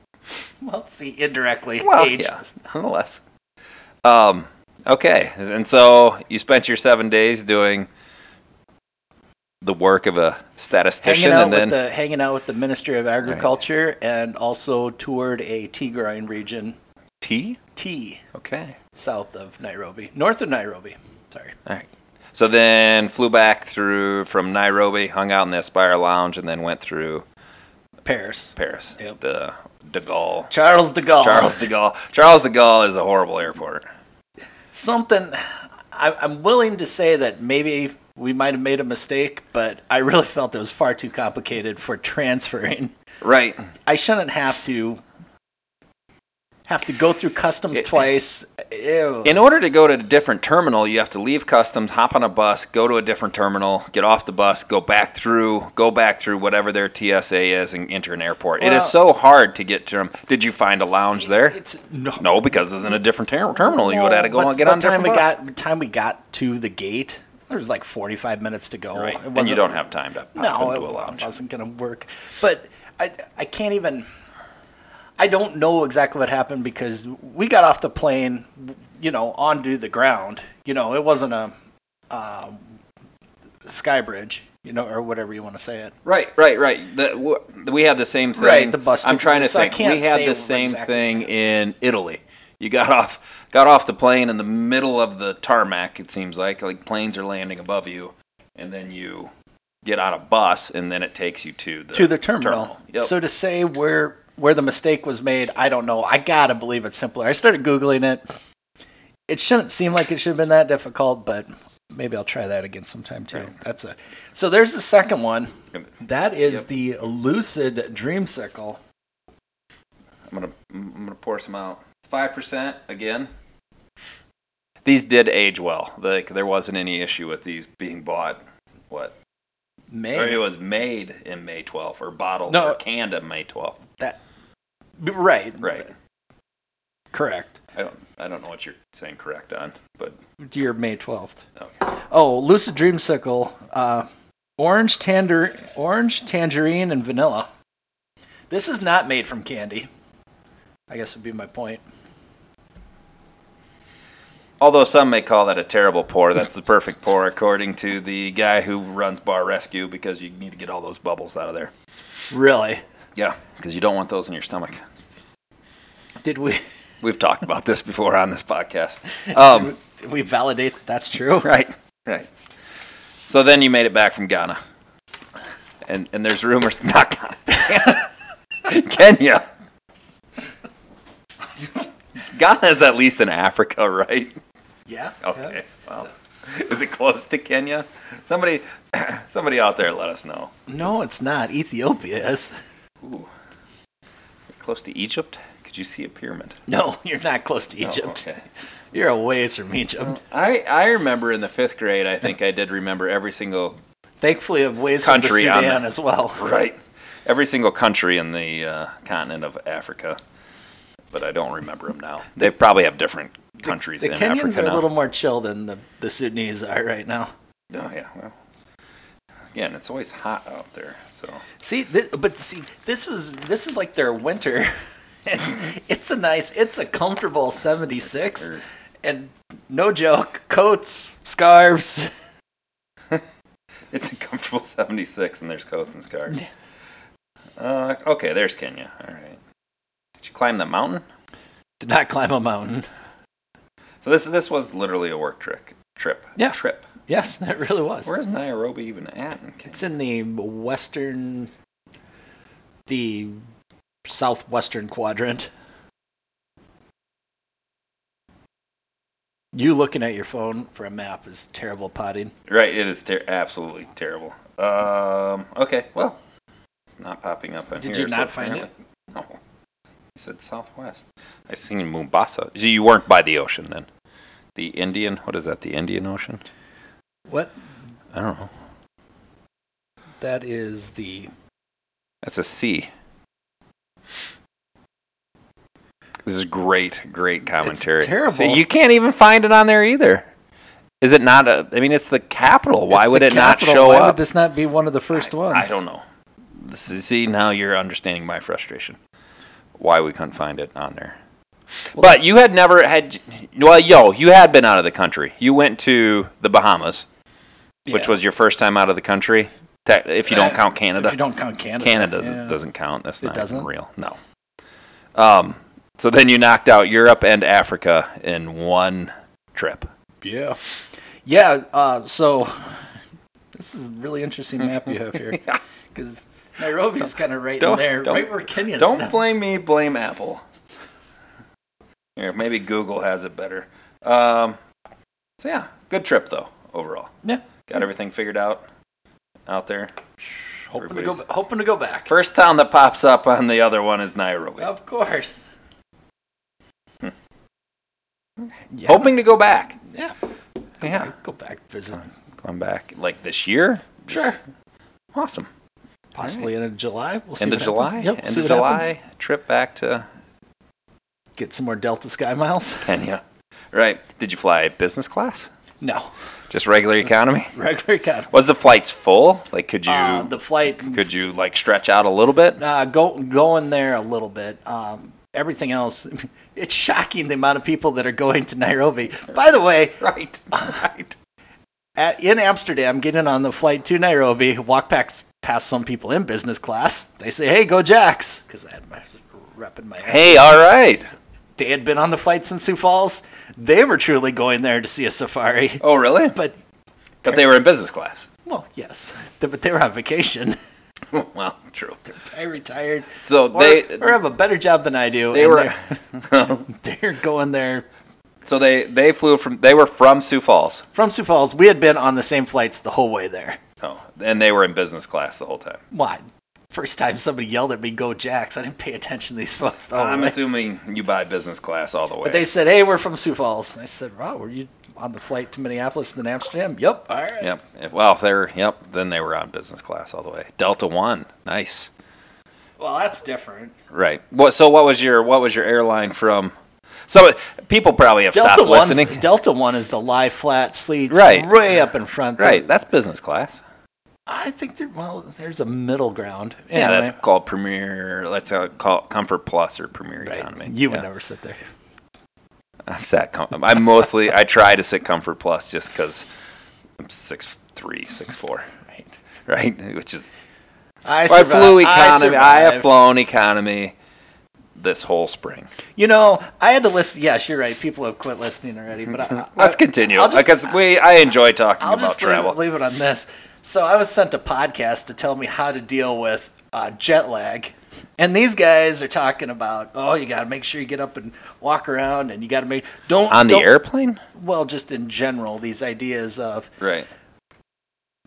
B: Well, see, indirectly.
A: Well,
B: age.
A: yeah, nonetheless. Um, okay, and so you spent your seven days doing the work of a statistician,
B: Hanging out
A: and then
B: with the hanging out with the Ministry of Agriculture, and also toured a tea growing region,
A: tea.
B: tea
A: Okay,
B: south of Nairobi, north of Nairobi. Sorry.
A: all right. So then flew back through from Nairobi, hung out in the Aspire Lounge, and then went through
B: Paris.
A: Paris.
B: Yep.
A: The De Gaulle.
B: Charles de Gaulle.
A: Charles de Gaulle. Charles de Gaulle is a horrible airport.
B: Something. I, I'm willing to say that maybe we might have made a mistake, but I really <laughs> felt it was far too complicated for transferring.
A: Right.
B: I shouldn't have to have to go through customs twice. Ew.
A: In order to go to a different terminal, you have to leave customs, hop on a bus, go to a different terminal, get off the bus, go back through, go back through whatever their TSA is, and enter an airport. it
B: Well-
A: is so hard to get to them. Did you find a lounge there?
B: it's no.
A: No, because it was in a different ter- terminal. You would have to go
B: But-
A: and get
B: but
A: on a
B: time
A: different
B: we
A: bus.
B: got by the time we got to the gate. There was like 45 minutes to go.
A: right.
B: It
A: And you
B: wasn't-
A: don't have time to pop
B: no,
A: into
B: it
A: a lounge.
B: wasn't going to work. But I, I can't even. I don't know exactly what happened because we got off the plane, you know, onto the ground. You know, it wasn't a um, sky bridge, you know, or whatever you want to say it.
A: Right, right, right. The, w- we had the same thing.
B: Right, the bus
A: I'm
B: did-
A: trying to
B: so I
A: think.
B: can't
A: we
B: say
A: had the same
B: exactly
A: thing in Italy. You got <laughs> off, got off the plane in the middle of the tarmac. It seems like like planes are landing above you, and then you get on a bus, and then it takes you to the
B: to the terminal.
A: Yep.
B: So to say where where the mistake was made, I don't know. I gotta believe it's simpler. I started googling it. It shouldn't seem like it should have been that difficult, but maybe I'll try that again sometime too. That's a so. There's the second one. That is the lucid dreamsicle.
A: I'm gonna I'm gonna pour some out. Five percent again. These did age well. Like there wasn't any issue with these being bought. What Or it
B: May
A: was made in May 12th, or bottled
B: No.
A: or canned in May 12th.
B: that right?
A: Right.
B: Correct.
A: I don't. I don't know what you're saying correct on, but
B: Year May twelfth.
A: okay.
B: Oh, lucid dreamsicle, uh, orange tander, orange tangerine, and vanilla. This is not made from candy. I guess would be my point.
A: Although some may call that a terrible pour, that's the perfect pour according to the guy who runs Bar Rescue because you need to get all those bubbles out of there.
B: Really?
A: Yeah, because you don't want those in your stomach.
B: Did we? <laughs>
A: We've talked about this before on this <laughs> podcast. Um,
B: Did we validate that that's true?
A: right, right. So then you made it back from Ghana, and and there's rumors not Ghana, <laughs> Kenya. Ghana is at least in Africa, right?
B: Yeah.
A: Okay. Well, is it close to Kenya? Somebody, <clears throat> somebody out there, let us know.
B: No, it's not. Ethiopia is.
A: Ooh. Close to Egypt? Could you see a pyramid?
B: No, <laughs> you're not close to
A: Oh,
B: Egypt.
A: okay.
B: You're a ways from Egypt.
A: I I remember in the fifth grade. I think I did remember every single
B: Thankfully, a ways
A: Country
B: from the
A: on
B: Sudan
A: the-
B: as well.
A: right, every single country in the uh, continent of Africa, but I don't remember them now. They probably have different countries
B: The
A: in
B: Kenyans
A: Africa
B: are
A: now.
B: a little more chill than the, the Sudanese are right now.
A: Oh yeah. Well, again, it's always hot out there, so. <laughs>
B: See, th- but see, this was this is like their winter. <laughs> it's, it's a nice, it's a comfortable seventy six, and no joke, coats, scarves. <laughs>
A: It's a comfortable 76, and there's coats and scarves. Uh, okay, there's Kenya. All right. Did you climb the mountain?
B: Did not climb a mountain.
A: So this this was literally a work trick trip.
B: Yeah.
A: Trip.
B: Yes, that really was.
A: Where's Nairobi even at in Kenya?
B: It's in the western, the southwestern quadrant. You looking at your phone for a map is terrible potting.
A: Right, it is ter- absolutely terrible. Um, okay, well, it's not popping up on
B: Did
A: here,
B: you
A: so
B: not find
A: apparently- <laughs> No. You said southwest. I seen Mombasa. So You weren't by the ocean then. The Indian, what is that? The Indian Ocean?
B: What?
A: I don't know.
B: That is the.
A: That's a sea. This is great, great commentary.
B: terrible.
A: See, you can't even find it on there either. Is it not a? I mean, it's the capital. Why
B: it's
A: would
B: the
A: it not
B: capital.
A: show
B: Why
A: up?
B: would this not be one of the first
A: I,
B: ones?
A: I don't know. This is- see, now you're understanding my frustration. Why we couldn't find it on there. but you had never had. Well, yo, you had been out of the country. You went to the Bahamas, which
B: Yeah.
A: was your first time out of the country. Te- If you don't
B: Uh,
A: count Canada,
B: If you don't count Canada.
A: Canada doesn't-
B: yeah.
A: doesn't count. That's
B: It
A: not
B: doesn't?
A: even real. No. Um, so then you knocked out Europe and Africa in one
B: <laughs>
A: trip.
B: Yeah. Yeah. Uh, so <laughs> this is a really interesting map you
A: <laughs>
B: have here because Nairobi's kind of right in
A: Don't-
B: there,
A: don't-
B: right where Kenya's.
A: Don't blame me. Blame Apple. Here, maybe Google has it better. Um, so yeah, good trip though overall.
B: Yeah.
A: Got everything figured out out there.
B: Hoping to go.
A: Everybody's-
B: ba- Hoping to go back.
A: First town that pops up on the other one is Nairobi.
B: Of course. Yeah.
A: Hoping to go back.
B: Yeah. Go
A: Yeah.
B: Back, go back visit.
A: Going back like this year.
B: Sure.
A: This- Awesome.
B: Possibly end of July. We'll see
A: End of
B: what
A: July.
B: Happens. Yep.
A: End
B: see
A: of
B: what
A: July.
B: happens.
A: Trip back to
B: Get some more Delta Sky miles. <laughs>
A: Kenya. Right. Did you fly business class?
B: No.
A: Just regular economy?
B: Regular cut.
A: Was the flights full? Like could you
B: Uh, the flight
A: could you like stretch out a little bit?
B: uh, go going there a little bit. Um, everything else, <laughs> it's shocking the amount of people that are going to Nairobi. By the way,
A: <laughs> Right. Right.
B: at, in Amsterdam, getting on the flight to Nairobi, walk back past some people in business class. They say, "Hey, go Jacks," because I had my rep in my. ass.
A: Hey, all right.
B: They had been on the flight since Sioux Falls. They were truly going there to see a safari.
A: Oh really? But,
B: But
A: they were in business class. <laughs>
B: well, yes, They- but they were on vacation. <laughs>
A: well, true.
B: I retired.
A: So
B: Or,
A: they
B: or have a better job than I do.
A: they
B: and
A: were
B: they're, <laughs> they're going there
A: so they they flew from they were from Sioux Falls.
B: from Sioux Falls. We had been on the same flights the whole way there.
A: Oh, and they were in business class the whole time.
B: Why? First time somebody yelled at me, "Go Jacks!" I didn't pay attention to these <laughs> folks the whole
A: I'm
B: way.
A: assuming you buy business class all the way.
B: Oh, But they said, "Hey, we're from Sioux Falls." And I said, "Wow, were you on the flight to Minneapolis and then Amsterdam?" Yep. All right.
A: Yep. If- Well, if they're yep, then they were on business class all the way. Delta One, nice.
B: Well, that's different.
A: Right. What? So what was your what was your airline from? So people probably have
B: Delta
A: stopped
B: One's-
A: listening.
B: Delta One is the lie flat sleets,
A: Right.
B: Way up in front.
A: Right. That's business class.
B: I think there. Well, there's a middle ground.
A: Yeah,
B: Anyway,
A: that's called Premier. Let's uh, call it Comfort Plus or Premier
B: right.
A: Economy.
B: You would
A: Yeah.
B: never sit there.
A: I've sat. Com- I mostly I try to sit Comfort Plus just because I'm six three, six four, <laughs>
B: Right.
A: right? Which is
B: I,
A: I flew
B: survived. I
A: economy. I, have
B: survived.
A: flown economy this whole spring.
B: You know, I had to listen. Yes, you're right. People have quit listening
A: <laughs>
B: already, but I, I,
A: Let's continue
B: I'll just-
A: because we I enjoy talking
B: I'll
A: about
B: just leave,
A: travel.
B: leave it on this. So I was sent a podcast to tell me how to deal with uh, jet lag. And these guys are talking about, oh, you got to make sure you get up and walk around and you got to make, don't.
A: On the
B: don't-
A: airplane,
B: Well, just in general, these ideas of,
A: right?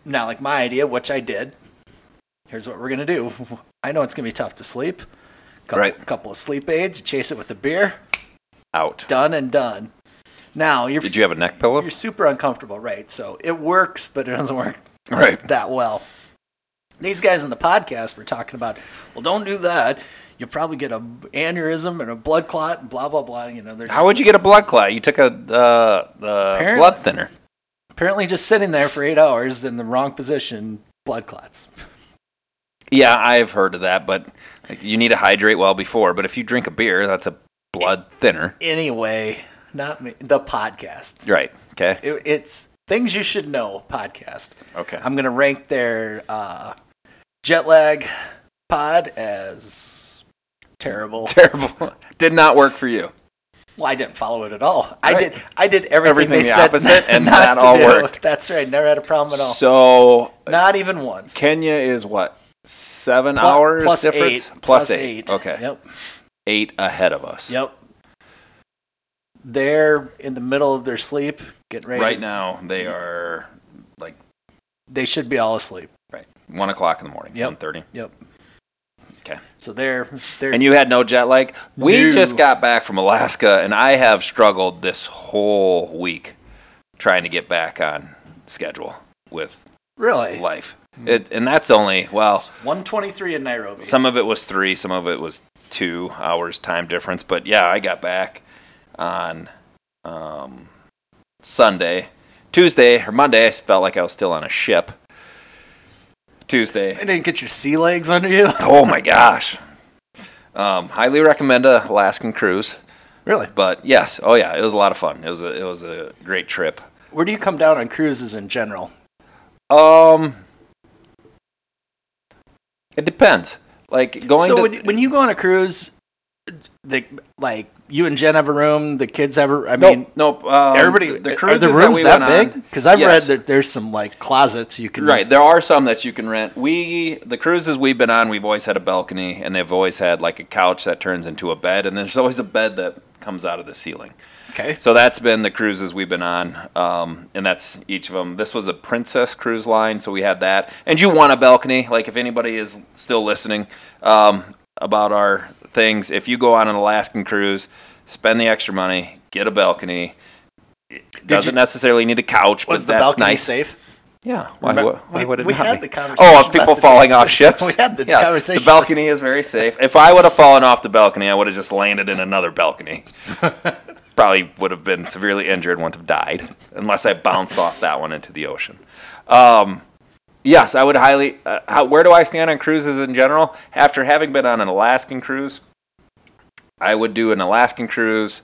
B: now, like my idea, which I did, here's what we're going to do. <laughs> I know it's going to be tough to sleep. Couple,
A: Right.
B: couple of sleep aids, chase it with a beer,
A: Out.
B: done and done. Now, you're,
A: Did you have a neck pillow?
B: you're super uncomfortable, right? So it works, but it doesn't work
A: Right.
B: that well. These guys in the podcast were talking about, well, don't do that. You'll probably get a aneurysm and a blood clot and blah blah blah. You know, they're just
A: How would you get a blood clot? You took a uh, the
B: Apparently.
A: blood thinner.
B: apparently just sitting there for eight hours in the wrong position, blood clots.
A: Yeah, I've heard of that, but like, you need to hydrate well before. But if you drink a beer, that's a blood thinner.
B: Anyway, not me. The podcast.
A: Right. Okay.
B: It, it's things you should know. Podcast.
A: Okay.
B: I'm gonna rank their uh, jet lag pod as
A: <laughs> <laughs>
B: terrible.
A: Terrible. Did not work for you.
B: Well, I didn't follow it at all. I
A: Right.
B: did. I did everything,
A: Everything
B: they
A: the
B: said
A: opposite,
B: <laughs>
A: and
B: not
A: that
B: to
A: all
B: do.
A: worked.
B: That's right. Never had a problem at all.
A: So
B: Not even once.
A: Kenya is what seven
B: Plu-
A: hours
B: plus
A: difference?
B: eight.
A: Plus eight. Okay.
B: Yep.
A: Eight ahead of us.
B: Yep. They're in the middle of their sleep, getting ready.
A: Right
B: to-
A: now, they are like
B: They should be all asleep.
A: one o'clock in the morning.
B: Yep.
A: One thirty.
B: Yep.
A: Okay.
B: So they're they're
A: And you had no jet lag. We
B: No.
A: just got back from Alaska, and I have struggled this whole week trying to get back on schedule with
B: really
A: life. It, and that's only well,
B: one twenty three in Nairobi.
A: some of it was three, some of it was two hours time difference. But yeah, I got back on um, Sunday, Tuesday or Monday. I felt like I was still on a ship. Tuesday,
B: I didn't get your sea legs under you. <laughs>
A: oh my gosh. Um, highly recommend a Alaskan cruise,
B: really?
A: but yes, oh yeah, it was a lot of fun. It was a, it was a great trip.
B: Where do you come down on cruises in general?
A: Um, it depends. Like going
B: so
A: to
B: when, when you go on a cruise, the like you and Jen have a room, the kids have a. I mean,
A: nope, nope. Um,
B: everybody.
A: the
B: are
A: cruises
B: the rooms
A: we
B: that,
A: went on-
B: big? Because I've
A: Yes.
B: read that there's some like closets you can.
A: Right, there are some that you can rent. We the cruises we've been on, we've always had a balcony, and they've always had like a couch that turns into a bed, and there's always a bed that comes out of the ceiling.
B: Okay.
A: So that's been the cruises we've been on, um, and that's each of them. This was a Princess Cruise Line, so we had that. And you want a balcony? Like if anybody is still listening um, about our things, if you go on an Alaskan cruise, spend the extra money, get a balcony. It doesn't
B: you-
A: necessarily need a couch,
B: Was
A: but
B: the
A: that's
B: balcony
A: nice.
B: safe?
A: Yeah. Why,
B: Remem-
A: wo- why
B: we-
A: would it
B: we
A: not
B: had
A: be?
B: the conversation
A: Oh, of
B: about
A: people
B: the-
A: falling off ships.
B: <laughs> We had the conversation.
A: The balcony is very safe. If I would have fallen off the balcony, I would have just landed in another
B: <laughs>
A: balcony. Probably would have been severely injured, would have died, unless I bounced off that one into the ocean. Um, yes, I would highly. Uh, how, where do I stand on cruises in general? After having been on an Alaskan cruise, I would do an Alaskan cruise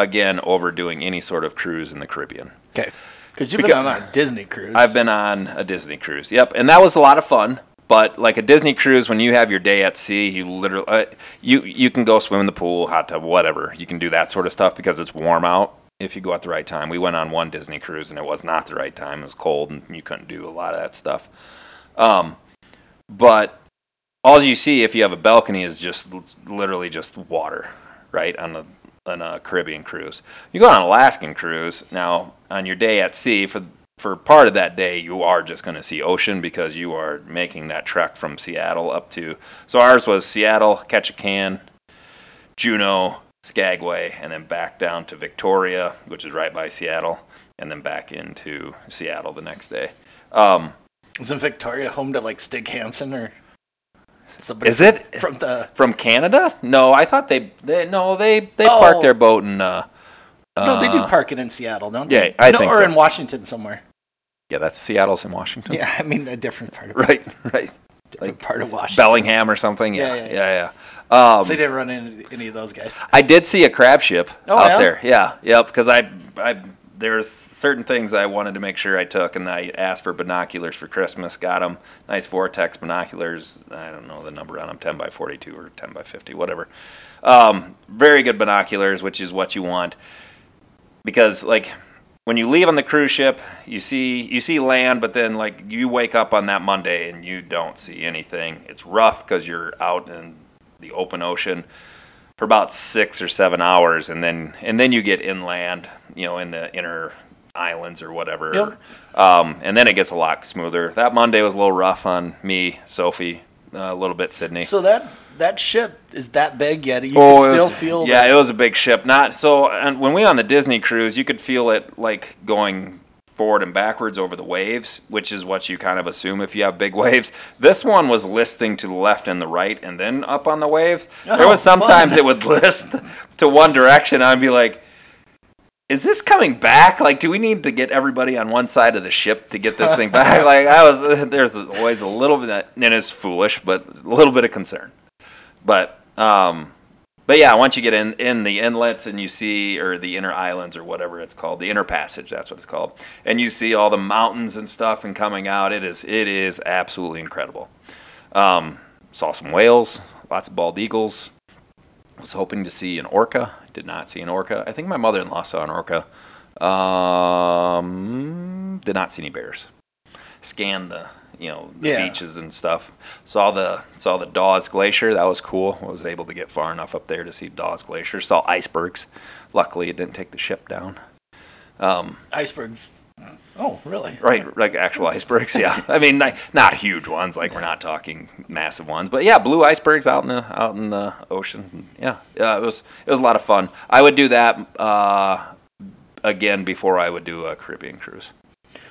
A: again over doing any sort of cruise in the Caribbean.
B: Okay. Because you've
A: Because-
B: been on a Disney cruise.
A: I've been on a Disney cruise. Yep, and that was a lot of fun. But like a Disney cruise, when you have your day at sea, you literally uh, you you can go swim in the pool, hot tub, whatever. You can do that sort of stuff because it's warm out if you go at the right time. We went on one Disney cruise and it was not the right time. It was cold and you couldn't do a lot of that stuff. Um, but all you see if you have a balcony is just l- literally just water, right? On a on a Caribbean cruise, you go on an Alaskan cruise. Now on your day at sea for for part of that day, you are just going to see ocean because you are making that trek from Seattle up to. So ours was Seattle, Ketchikan, Juneau, Skagway, and then back down to Victoria, which is right by Seattle, and then back into Seattle the next day. Um,
B: Isn't Victoria home to like Stig Hansen or somebody?
A: is it
B: from the?
A: from Canada? No, I thought they they no they they
B: Oh.
A: parked their boat in. Uh,
B: No, they do
A: uh,
B: park it in Seattle, don't
A: yeah,
B: they?
A: I
B: no,
A: think
B: or
A: so.
B: in Washington somewhere.
A: yeah, that's Seattle's in Washington.
B: Yeah, I mean a different part
A: <laughs>
B: of
A: Right, right.
B: different part of Washington.
A: Bellingham or something. Yeah,
B: Yeah,
A: yeah,
B: yeah,
A: yeah. Um,
B: So they didn't run into any of those guys.
A: I did see a crab ship
B: Oh,
A: out
B: yeah?
A: there. Yeah, yep. Because I, I, there's certain things I wanted to make sure I took, and I asked for binoculars for Christmas. Got them. Nice vortex binoculars. I don't know the number on them. Ten by forty-two or ten by fifty, whatever. Um, very good binoculars, which is what you want, because like. When you leave on the cruise ship, you see you see land, but then like you wake up on that Monday and you don't see anything. It's rough because you're out in the open ocean for about six or seven hours, and then and then you get inland, you know, in the inner islands or whatever. Um, and then it gets a lot smoother. That Monday was a little rough on me, Sophie, uh, a little bit <laughs> Sydney.
B: So that that ship is that big yet you
A: Oh,
B: can
A: it
B: still
A: was-
B: feel
A: Yeah,
B: that
A: it was a big ship. Not so. And when we were on the Disney cruise, you could feel it like going forward and backwards over the waves, which is what you kind of assume if you have big <laughs> waves. This one was listing to the left and the right, and then up on the waves. there
B: Oh,
A: was sometimes
B: fun.
A: it would <laughs> list to one direction. I'd be like. Is this coming back? Like, do we need to get everybody on one side of the ship to get this thing
B: <laughs>
A: back? Like, I was <laughs> there's always a little bit, and it's foolish, but a little bit of concern. But um, but yeah, once you get in in the inlets and you see or the inner islands or whatever it's called, the inner passage, that's what it's called, and you see all the mountains and stuff and coming out, it is it is absolutely incredible. Um, saw some whales, lots of bald eagles. Was hoping to see an orca. Did not see an orca. I think my mother-in-law saw an orca. Um, did not see any bears. Scanned the you know the
B: Yeah.
A: beaches and stuff. Saw the saw the Dawes Glacier. That was cool. I was able to get far enough up there to see Dawes Glacier. Saw icebergs. Luckily, it didn't take the ship down.
B: Icebergs. Oh, really?
A: Right, like actual icebergs. Yeah, <laughs> I mean, like, not huge ones. Like we're not talking massive ones, but yeah, blue icebergs out in the out in the ocean. Yeah, yeah, it was it was a lot of fun. I would do that uh, again before I would do a Caribbean cruise.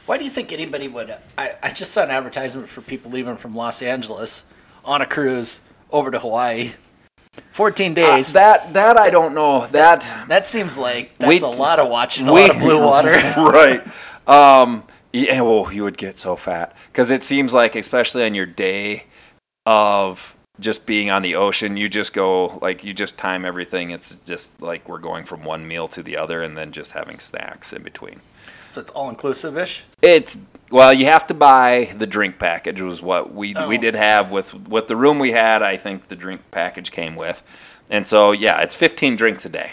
B: Why do you think anybody would? I, I just saw an advertisement for people leaving from Los Angeles on a cruise over to Hawaii. 14 days. that,
A: Uh, that that I don't know. That
B: seems like that's
A: We-
B: a lot of watching, a lot of blue
A: <laughs>
B: water.
A: right. Um, yeah, well, you would get so fat because it seems like, especially on your day of just being on the ocean, you just go like you just time everything. It's just like we're going from one meal to the other, and then just having snacks in between.
B: so it's all inclusive ish.
A: It's well, you have to buy the drink package. Was what we we
B: Oh.
A: did have with with the room we had. I think the drink package came with, and so yeah, it's 15 drinks a day,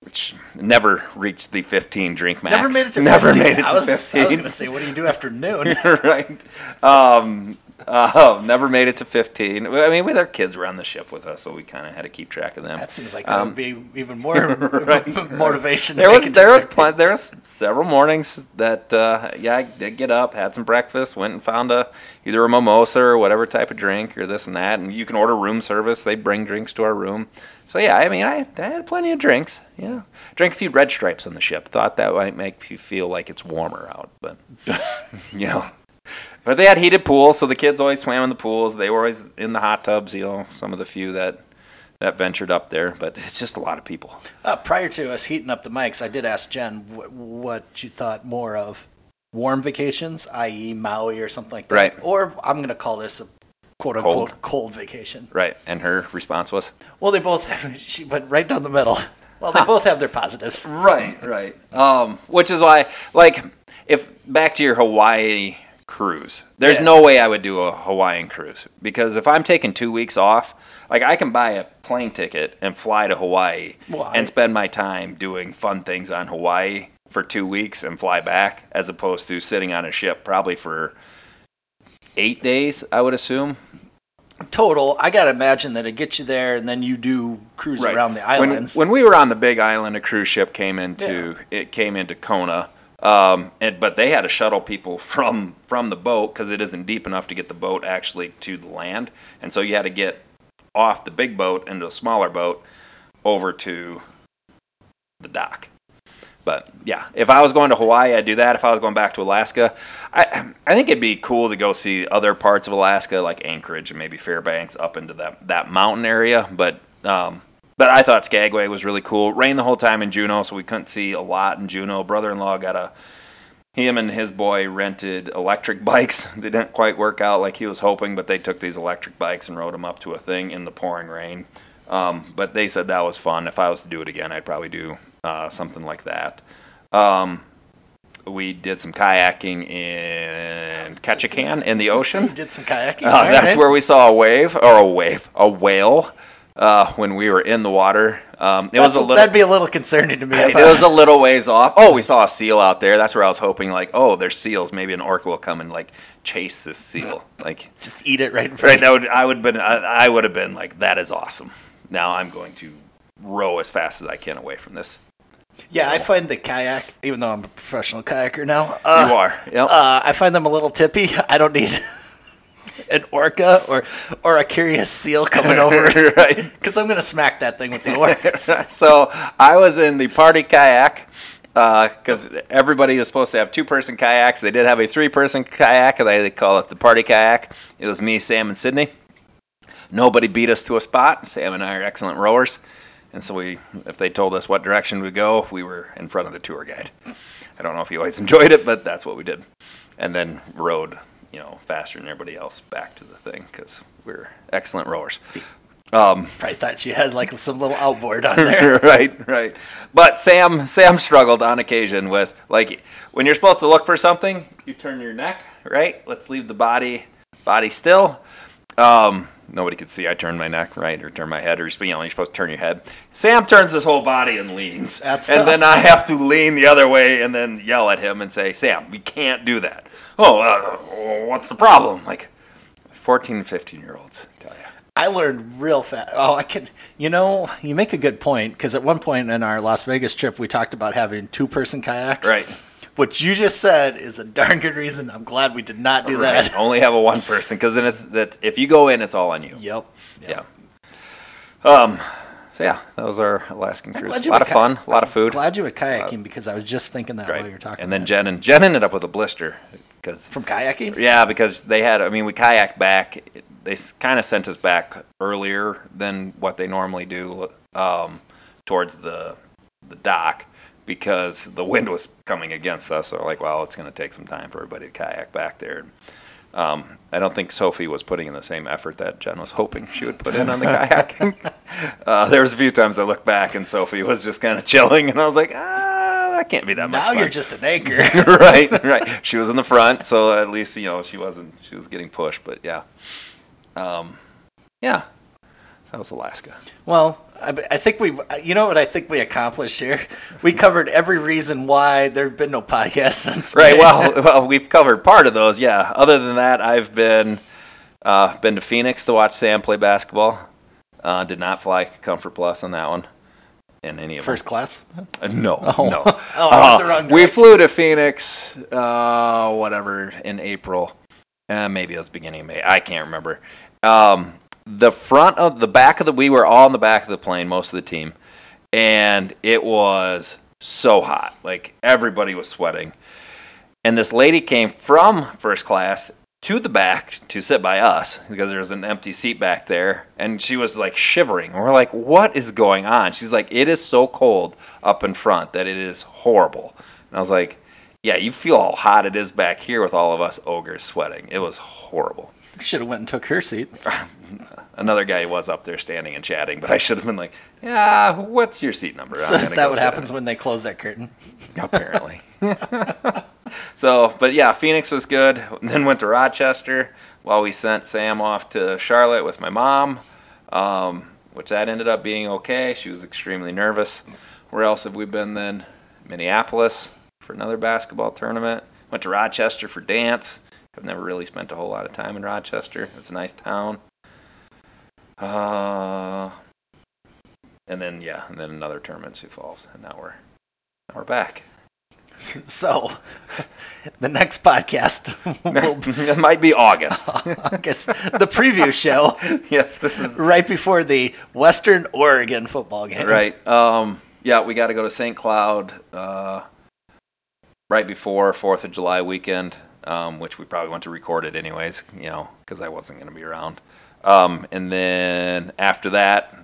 A: which never reached the 15 drink max.
B: Never made it to
A: Never
B: 15.
A: made it to
B: I was, I was
A: 15.
B: going to say, what do you do after noon?
A: <laughs> right. Um, uh, <laughs> never made it to 15. I mean, with our kids were on the ship with us, so we kind of had to keep track of them.
B: That seems like that would be
A: <laughs>
B: even more motivation. to
A: Um, There
B: make
A: was
B: it to
A: there was
B: 15.
A: plenty there was several mornings that uh, yeah I did get up had some breakfast went and found a either a mimosa or whatever type of drink or this and that and you can order room service they bring drinks to our room so yeah I mean I, I had plenty of drinks yeah drank a few red stripes on the ship thought that might make you feel like it's warmer out
B: <laughs>
A: but you know but they had heated pools so the kids always swam in the pools they were always in the hot tubs you know some of the few that that ventured up there but it's just a lot of people.
B: Uh, prior to us heating up the mics, I did ask Jen wh- what you thought more of warm vacations, i.e., Maui or something like that.
A: Right.
B: Or I'm going to call this a quote unquote
A: Cold.
B: cold, vacation.
A: Right. And her response was?
B: Well, they both have, <laughs> she went right down
A: <laughs>
B: the middle. Well, they both have their positives.
A: Right, right. Um, which is why, like, if back to your Hawaii cruise, there's
B: Yeah.
A: no way I would do a Hawaiian cruise because if I'm taking two weeks off, like, I can buy a plane ticket and fly to Hawaii
B: Well, I-
A: and spend my time doing fun things on Hawaii for two weeks and fly back as opposed to sitting on a ship probably for eight days, I would assume.
B: Total, I got to imagine that it gets you there and then you do cruise
A: Right.
B: around the
A: When-
B: islands.
A: When, we were on the Big Island, a cruise ship came into it came into Kona, um, and but they had to shuttle people from from the boat because it isn't deep enough to get the boat actually to the land, and so you had to get off the big boat into a smaller boat over to the dock. But yeah, if I was going to Hawaii, I'd do that. If I was going back to Alaska, I I think it'd be cool to go see other parts of Alaska, like Anchorage and maybe Fairbanks, up into that that mountain area. But um, but I thought Skagway was really cool. Rained the whole time in Juneau, so we couldn't see a lot in Juneau. Brother-in-law got a him and his boy rented electric <laughs> bikes. They didn't quite work out like he was hoping, but they took these electric bikes and rode them up to a thing in the pouring rain. Um, but they said that was fun. If I was to do it again, I'd probably do uh, something like that. Um, we did some kayaking in Ketchikan in the
B: You
A: ocean.
B: did some kayaking.
A: Uh,
B: all
A: that's
B: right.
A: where we saw a wave or a wave, a whale, uh, when we were in the water. Um, it was
B: That's-
A: a little.
B: That'd be a little concerning to me. if
A: It
B: I-
A: was a little ways off. Oh, we saw a seal out there. That's where I was hoping, like, oh, there's seals. Maybe an orca will come and like chase this seal. Like,
B: just eat it <laughs> right in front
A: right? That would I would been I, I would have been like, that is awesome. Now I'm going to row as fast as I can away from this.
B: Yeah, I find the kayak, even though I'm a professional kayaker now,
A: you
B: uh,
A: are. Yep.
B: uh, I find them a little tippy. I don't need <laughs> an orca or or a curious seal coming over
A: <laughs>
B: <laughs>
A: right.
B: because I'm gonna smack that thing with the orcas.
A: <laughs> so I was in the party kayak because everybody is supposed to have two person kayaks. They did have a three person kayak, and they call it the party kayak. It was me, Sam, and Sydney. Nobody beat us to a spot. Sam and I are excellent rowers, and so we, if they told us what direction we go, we were in front of the tour guide. I don't know if you always <laughs> enjoyed it, but that's what we did, and then rowed, you know, faster than everybody else back to the thing because we're excellent rowers.
B: Probably thought you had like some little outboard on there.
A: <laughs> right, right. But Sam, Sam struggled on occasion with like when you're supposed to look for something, you turn your neck, right? Let's leave the body body still. Um, nobody could see I turned my neck right or turn my head or you know you're supposed to turn your head. Sam turns his whole body and leans,
B: That's
A: and
B: tough.
A: then I have to lean the other way and then yell at him and say, "Sam, we can't do that." Oh, uh, what's the problem? Like 14, 15 year olds, I tell you.
B: I learned real fast. Oh, I can. You know, you make a good point because at one point in our Las Vegas trip, we talked about having two person kayaks.
A: Right.
B: What you just said is a darn good reason. I'm glad we did not do
A: Right.
B: <laughs> that.
A: Only have a one person because then it's that if you go in, it's all on you.
B: Yep.
A: Yeah. Um. So yeah, that was our Alaskan cruise.
B: glad
A: A
B: you
A: lot
B: were
A: of
B: ki-
A: fun, a lot of food.
B: Glad you were kayaking because I was just thinking that
A: Uh, right.
B: while you were talking.
A: and then
B: about it.
A: Jen and Jen ended up with a blister because
B: from kayaking.
A: yeah, because they had. I mean, we kayaked back. They kind of sent us back earlier than what they normally do um, towards the the dock because the wind was coming against us. So we're like, well, it's going to take some time for everybody to kayak back there. Um, I don't think Sophie was putting in the same effort that Jen was hoping she would put in on the
B: <laughs>
A: kayaking. uh, there was a few times I looked back and Sophie was just kind of chilling, and I was like, ah, that can't be that much.
B: Now
A: fun
B: you're just
A: <laughs>
B: an anchor.
A: right, right. She was in the front, so at least you know she wasn't. She was getting pushed, but yeah, um, yeah. That was Alaska.
B: well, I, I think we. You know what I think we accomplished here? We covered every reason why there've been no podcast <laughs> since.
A: Right.
B: May.
A: Well, <laughs> well, we've covered part of those. Yeah. Other than that, I've been uh, been to Phoenix to watch Sam play basketball. Uh, did not fly Comfort Plus on that one. In any of them.
B: first class.
A: Uh, No, no.
B: <laughs> Oh, I went the
A: Uh,
B: wrong
A: we
B: direction.
A: flew to Phoenix, uh, whatever, in April. Uh, maybe it was beginning of May. I can't remember. Um, the front of the back of the, we were all in the back of the plane, most of the team, and it was so hot. Like everybody was sweating. And this lady came from first class to the back to sit by us because there was an empty seat back there. And she was like shivering. And we're like, what is going on? She's like, it is so cold up in front that it is horrible. And I was like, yeah, you feel how hot it is back here with all of us ogres sweating. It was horrible.
B: Should have went and took her seat.
A: Another guy was up there standing and chatting, but I should have been like, yeah, what's your seat number? I'm
B: So is
A: gonna
B: that
A: go
B: what
A: sit in."
B: happens when they close that curtain? <laughs>
A: apparently. <laughs> so, but yeah, Phoenix was good. Then went to Rochester while we sent Sam off to Charlotte with my mom, um, which that ended up being okay. She was extremely nervous. Where else have we been then? Minneapolis for another basketball tournament. Went to Rochester for dance. I've never really spent a whole lot of time in Rochester. It's a nice town. Uh, and then yeah, and then another tournament in Sioux Falls, and now we're now we're back.
B: So, the next podcast <laughs> will
A: Next, <laughs> it might be August. <laughs>
B: I guess the preview show
A: yes, this is
B: right before the Western Oregon football game.
A: right. Um, yeah, we got to go to St. Cloud uh, right before Fourth of July weekend, um, which we probably want to record it anyways, you know, because I wasn't going to be around. Um, and then after that,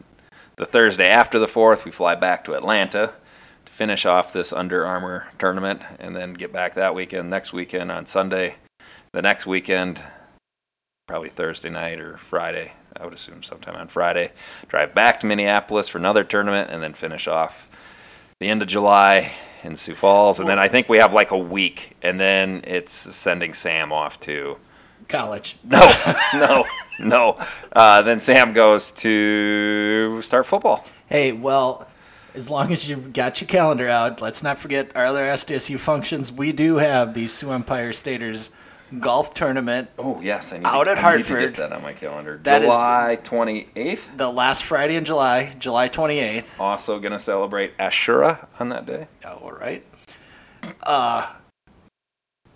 A: the Thursday after the fourth, we fly back to Atlanta to finish off this Under Armour tournament, and then get back that weekend. Next weekend on Sunday, the next weekend, probably Thursday night or Friday. I would assume sometime on Friday. Drive back to Minneapolis for another tournament, and then finish off the end of July in Sioux Falls. And then I think we have like a week, and then it's sending Sam off to
B: College.
A: no, <laughs> no, no. Uh, then Sam goes to start football.
B: Hey, well, as long as you got your calendar out, let's not forget our other SDSU functions. We do have the Sioux Empire Staters golf tournament
A: Oh yes, I need
B: Out
A: to,
B: at
A: I need to get
B: Hartford.
A: that on my calendar.
B: That is-
A: July twenty eighth.
B: the last Friday in July, July 28th.
A: Also gonna celebrate Ashura on that day.
B: All right. Uh,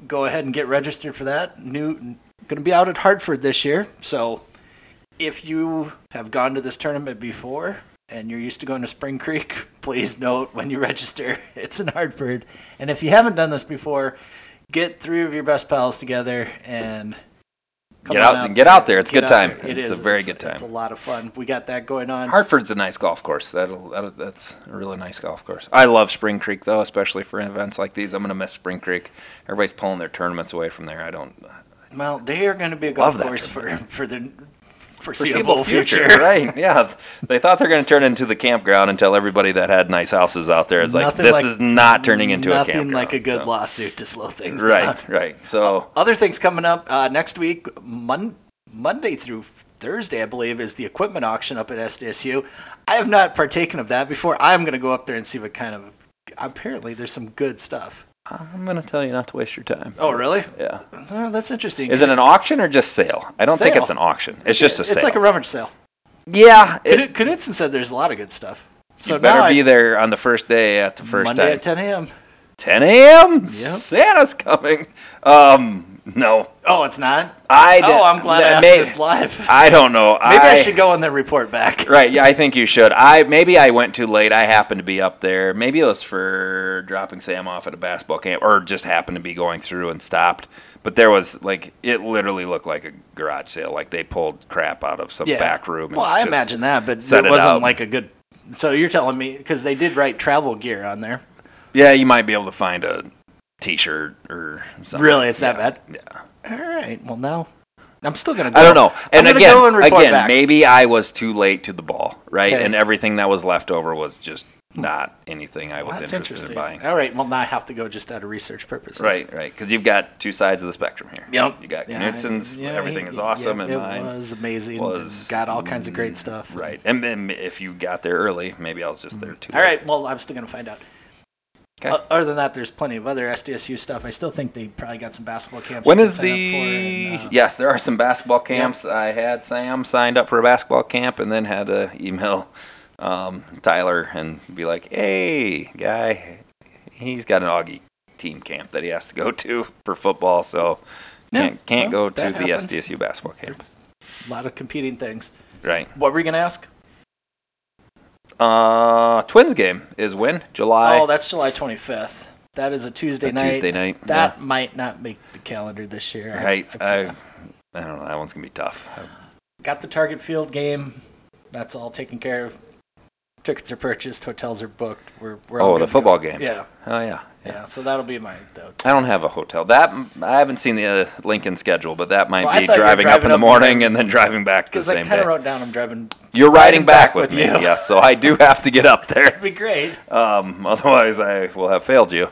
B: go ahead and get registered for that. New, going to be out at Hartford this year. So, if you have gone to this tournament before and you're used to going to Spring Creek, <laughs> please note when you register <laughs> it's in Hartford. And if you haven't done this before, get three of your best pals together and come
A: Get
B: on
A: out- get out there. It's a good
B: out
A: time. It's a
B: is.
A: very good
B: It's a
A: time.
B: lot of fun. We got that going on.
A: Hartford's a nice golf course. That'll, that'll that's a really nice golf course. I love Spring Creek though, especially for events like these. I'm gonna miss Spring Creek. Everybody's pulling their tournaments away from there. I don't
B: Well, they are going to be a
A: Love
B: golf
A: that
B: course for, for the
A: foreseeable
B: foreseeable
A: <laughs>
B: future. <laughs>
A: right? Yeah, they thought they're gonna turn into the campground and tell everybody that had nice houses out there is like
B: Nothing
A: this is not turning into a
B: nothing
A: campground.
B: like a good
A: So-
B: lawsuit to slow things down.
A: Right, right. So
B: Other things coming up uh, next week, Mon- Monday through Thursday, I believe, is the equipment auction up at SDSU. I have not partaken of that before. I'm going to go up there and see what kind of. Apparently, there's some good stuff.
A: I'm gonna tell you not to waste your time.
B: Oh, really?
A: Yeah.
B: Oh, that's interesting.
A: Is it an auction or just sale? I don't think
B: Sale.
A: it's an auction. It's just a
B: it's
A: sale.
B: like a rummage sale.
A: yeah. It,
B: Knut- Knutson said there's a lot of good stuff. So
A: you better
B: now I-
A: be there on the first day at the first
B: Monday
A: time.
B: at 10 a.m.
A: 10 a.m. Santa's coming. Um, no,
B: Oh, it's not.
A: I.
B: oh, I'm glad I
A: that
B: asked
A: may-
B: this live. <laughs>
A: I don't know.
B: Maybe I, should go and then report
A: <laughs>
B: back.
A: Right, yeah, I think you should. I maybe I went too late. I happened to be up there. Maybe it was for dropping Sam off at a basketball camp, or just happened to be going through and stopped. But there was like it literally looked like a garage sale. Like they pulled crap out of some back room. and
B: Well, I
A: just-
B: imagine that, but
A: set
B: it
A: it
B: wasn't
A: up.
B: like a good. So you're telling me because they did write travel gear on there.
A: Yeah, you might be able to find a T-shirt or something.
B: Really, it's that
A: Oh, Yeah,
B: bad?
A: Yeah.
B: All right. Well, now I'm still gonna. Go.
A: I don't know. And
B: I'm gonna
A: again,
B: go and report
A: again,
B: back.
A: maybe I was too late to the ball, right?
B: Okay.
A: And everything that was left over was just not anything I was
B: That's
A: interested
B: interesting.
A: in buying.
B: All right. Well, now I have to go just out of research purposes.
A: Right, right, because you've got two sides of the spectrum here.
B: Yep.
A: You got
B: Yeah,
A: Knutson's,
B: yeah,
A: everything is awesome,
B: yeah,
A: and
B: it
A: mine.
B: was amazing.
A: was- mm,
B: and got all kinds of great stuff.
A: Right, and then if you got there early, maybe I was just there too.
B: All
A: late.
B: right. Well, I'm still going to find out.
A: 'Kay.
B: O- other than that, there's plenty of other SDSU stuff. I still think they probably got some basketball camps.
A: When
B: you can
A: is
B: sign up for
A: the?
B: and, uh,
A: yes, there are some basketball camps. I had Sam signed up for a basketball camp, and then had to email um, Tyler and be like, "Hey, guy, he's got an Augie team camp that he has to go to for football, so
B: Yeah,
A: can't can't
B: well,
A: go to
B: that
A: the
B: happens.
A: SDSU basketball camps."
B: a lot of competing things?
A: Right.
B: What were you going to ask?
A: Uh, Twins game is when July.
B: Oh, that's July 25th. That is a Tuesday
A: A
B: night.
A: Tuesday night,
B: That might not make the calendar this year. I-
A: Right.
B: I,
A: I, I don't know. That one's gonna be tough. Oh,
B: got the Target Field game. That's all taken care of. Tickets are purchased. Hotels are booked. We're, we're all
A: Oh, the
B: good to go.
A: football game.
B: Yeah,
A: Oh yeah.
B: yeah. So that'll be my though.
A: I don't have a hotel. That I haven't seen the uh, Lincoln schedule, but that might
B: Well, I
A: be
B: thought you were
A: driving, up
B: driving
A: in the
B: up-
A: morning and then driving back the
B: Because I
A: same
B: kind
A: day.
B: of wrote down I'm driving.
A: You're riding back, with, me,
B: you.
A: yes. So I do have to get up there.
B: That'd be great.
A: Um, <laughs> otherwise, I will have failed you.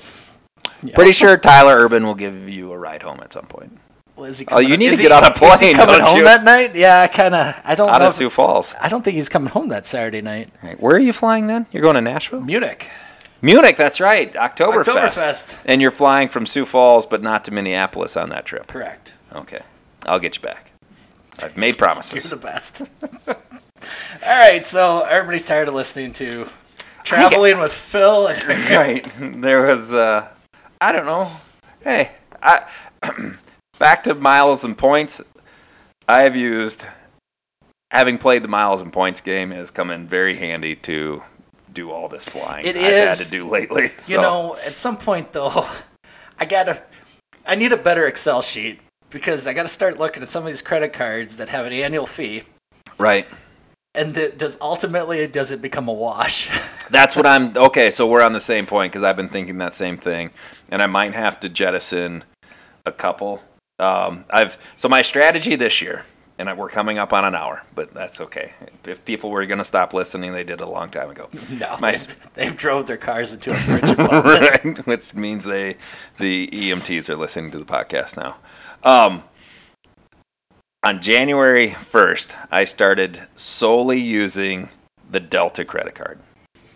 B: Yeah.
A: Pretty sure Tyler Urban will give you a ride home at some point
B: Well, is he
A: Oh, you
B: coming-
A: need
B: is
A: to
B: he-
A: get on a
B: <laughs> Is he
A: plane,
B: coming
A: don't
B: home
A: you?
B: that night? Yeah, I kind of. I don't
A: out
B: know.
A: of
B: if-
A: Sioux Falls.
B: I don't think he's coming home that Saturday night.
A: Right. Where are you flying then? You're going to Nashville,
B: Munich.
A: Munich. That's right, Oktoberfest.
B: Oktoberfest.
A: And you're flying from Sioux Falls, but not to Minneapolis on that trip.
B: Correct.
A: Okay, I'll get you back. I've made
B: You're
A: promises.
B: the best. <laughs> All right, so everybody's tired of listening to traveling with Phil. And
A: <laughs> right. There was, uh, I don't know. Hey, I, <clears throat> back to miles and points. I have used, having played the miles and points game, has come in very handy to do all this flying
B: It
A: I've had
B: is.
A: to do lately.
B: <laughs> you
A: so.
B: know, at some point though, I gotta, I need a better Excel sheet because I gotta start looking at some of these credit cards that have an annual fee,
A: right.
B: and th- does ultimately does it become a wash? <laughs>
A: That's what I'm. Okay, so we're on the same point because I've been thinking that same thing, and I might have to jettison a couple. Um, I've so my strategy this year, and I, we're coming up on an hour, but that's okay. If, if people were going to stop listening, they did a long time ago,
B: no,
A: My-
B: they've, they've drove their cars into a
A: <laughs>
B: bridge. above it.
A: right? Which means they, the EMTs, are listening to the podcast now. Um, on January first, I started solely using the Delta credit card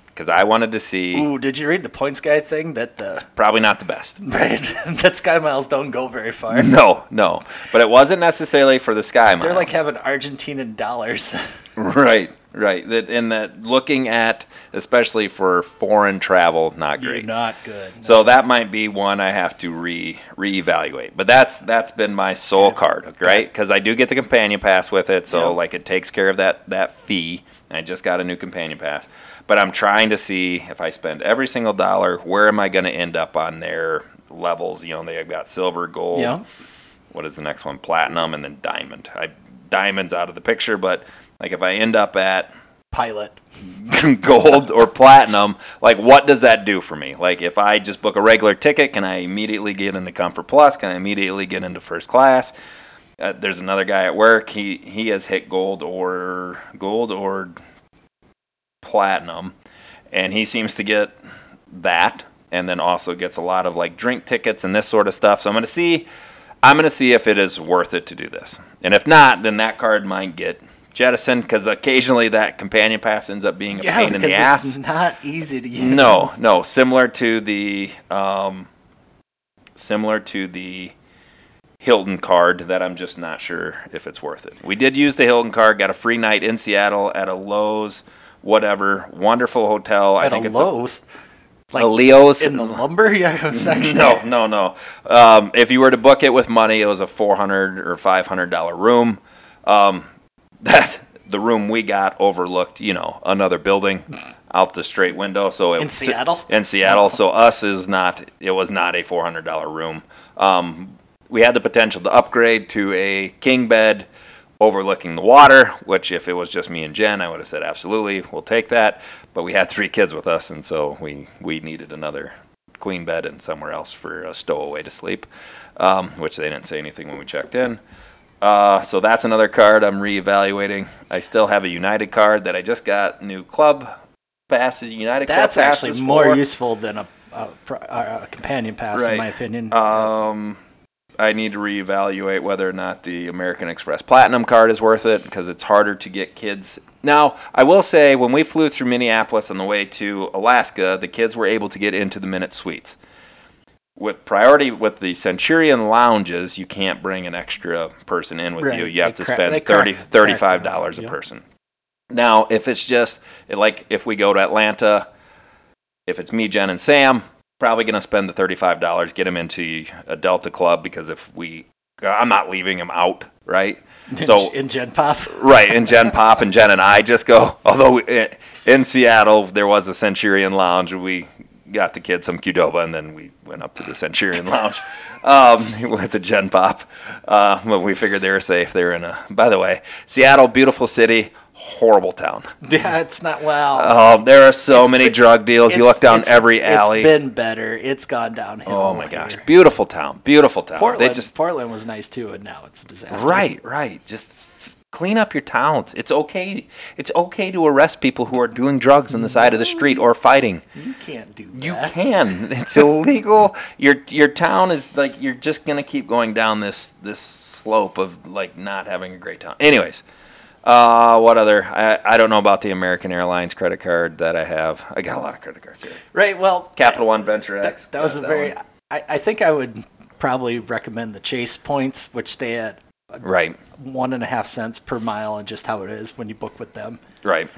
A: because I wanted to see.
B: Ooh, did you read the points guy thing that the
A: Probably not the
B: <laughs>
A: best.
B: right, that Sky Miles don't go very
A: <laughs>
B: far?
A: No, no. But it wasn't necessarily for the sky miles.
B: They're like having Argentinian dollars.
A: <laughs> right, right. That and that looking at especially for foreign travel, not
B: <laughs>
A: great.
B: Not good.
A: So that might be one I have to re reevaluate. But that's that's been my sole card, right? Because I do get the companion pass with it, so
B: Yeah.
A: like it takes care of that that fee. I just got a new companion pass, but I'm trying to see if I spend every single dollar, where am I going to end up on their levels? You know, they've got silver, gold,
B: Yeah.
A: what is the next one? Platinum and then diamond. I diamonds out of the picture, but like if I end up at <laughs>
B: Pilot.
A: gold or platinum, like what does that do for me? Like if I just book a regular ticket, can I immediately get into comfort plus? Can I immediately get into first class? Uh, there's another guy at work. He he has hit gold or gold or platinum, and he seems to get that, and then also gets a lot of like drink tickets and this sort of stuff. So I'm gonna see. I'm going to see if it is worth it to do this. And if not, then that card might get jettisoned because occasionally that companion pass ends up being a
B: Yeah,
A: pain in
B: because
A: the ass.
B: it's not easy to use.
A: No, no. Similar to the um, similar to the Hilton card that I'm just not sure if it's worth it. We did use the Hilton card, got a free night in Seattle at a Lowe's, whatever, wonderful hotel. I
B: at
A: think
B: a
A: it's
B: Lowe's,
A: a,
B: like
A: a Leo's <laughs>
B: in the lumberyard section. <laughs>
A: no, no, no. Um, if you were to book it with money, it was a four hundred or five hundred dollar room. Um, <laughs> that the room we got overlooked, you know, another building out the straight window. So it,
B: In Seattle?
A: in Seattle. So us is not. It was not a four hundred dollar room. Um, we had the potential to upgrade to a king bed overlooking the water, which if it was just me and Jen, I would have said absolutely, we'll take that. But we had three kids with us, and so we we needed another queen bed and somewhere else for a stowaway to sleep, um, which they didn't say anything when we checked in. Uh, so that's another card I'm reevaluating. I still have a United card that I just got new club passes, United
B: that's
A: club
B: actually
A: passes
B: more
A: for.
B: useful than a, a, pr- a a companion pass,
A: Right.
B: in my opinion.
A: Um, I need to reevaluate whether or not the American Express Platinum card is worth it because it's harder to get kids. Now, I will say, when we flew through Minneapolis on the way to Alaska, the kids were able to get into the Minute Suites. With priority with the Centurion lounges, you can't bring an extra person in with
B: Right,
A: you. You have to
B: they cra- they
A: spend
B: cracked-
A: 30,
B: cracked
A: 35
B: down,
A: dollars a
B: yeah.
A: person. Now, if it's just like if we go to Atlanta, if it's me, Jen, and Sam, probably going to spend the thirty-five dollars get him into a Delta club because if we, I'm not leaving him out,
B: <laughs>
A: right? So
B: in Gen Pop, <laughs>
A: right, and Jen Pop and Jen and I just go. <laughs> Although we- i- in Seattle there was a Centurion Lounge, we got the kids some Qdoba and then we went up to the Centurion
B: <laughs>
A: Lounge um, with the Gen Pop. Uh, but we figured they were safe. They were in a. By the way, Seattle, beautiful city, horrible
B: <laughs>
A: town.
B: yeah, it's not well.
A: Oh, there are so
B: It's
A: many
B: been-
A: drug deals. You
B: It's-
A: look down
B: it's-
A: every alley.
B: It's been better. It's gone downhill.
A: Oh my gosh,
B: here.
A: beautiful town, beautiful town.
B: Portland,
A: they just
B: Portland was nice too, and now it's a disaster.
A: right, right. Just f- clean up your towns. It's okay. It's okay to arrest people who are doing drugs on the side of the street or fighting.
B: you can't do
A: You
B: that.
A: can. It's
B: <laughs>
A: illegal. Your your town is like you're just gonna keep going down this this slope of like not having a great time. Anyways, uh, what other? I I don't know about the American Airlines credit card that I have. I got a lot of credit cards. Here.
B: Right. Well,
A: Capital One, Venture
B: that,
A: X.
B: that was
A: got
B: a very.
A: one.
B: I, I think I would probably recommend the Chase points, which stay at
A: right,
B: one and a half cents per mile, and just how it is when you book with them
A: right.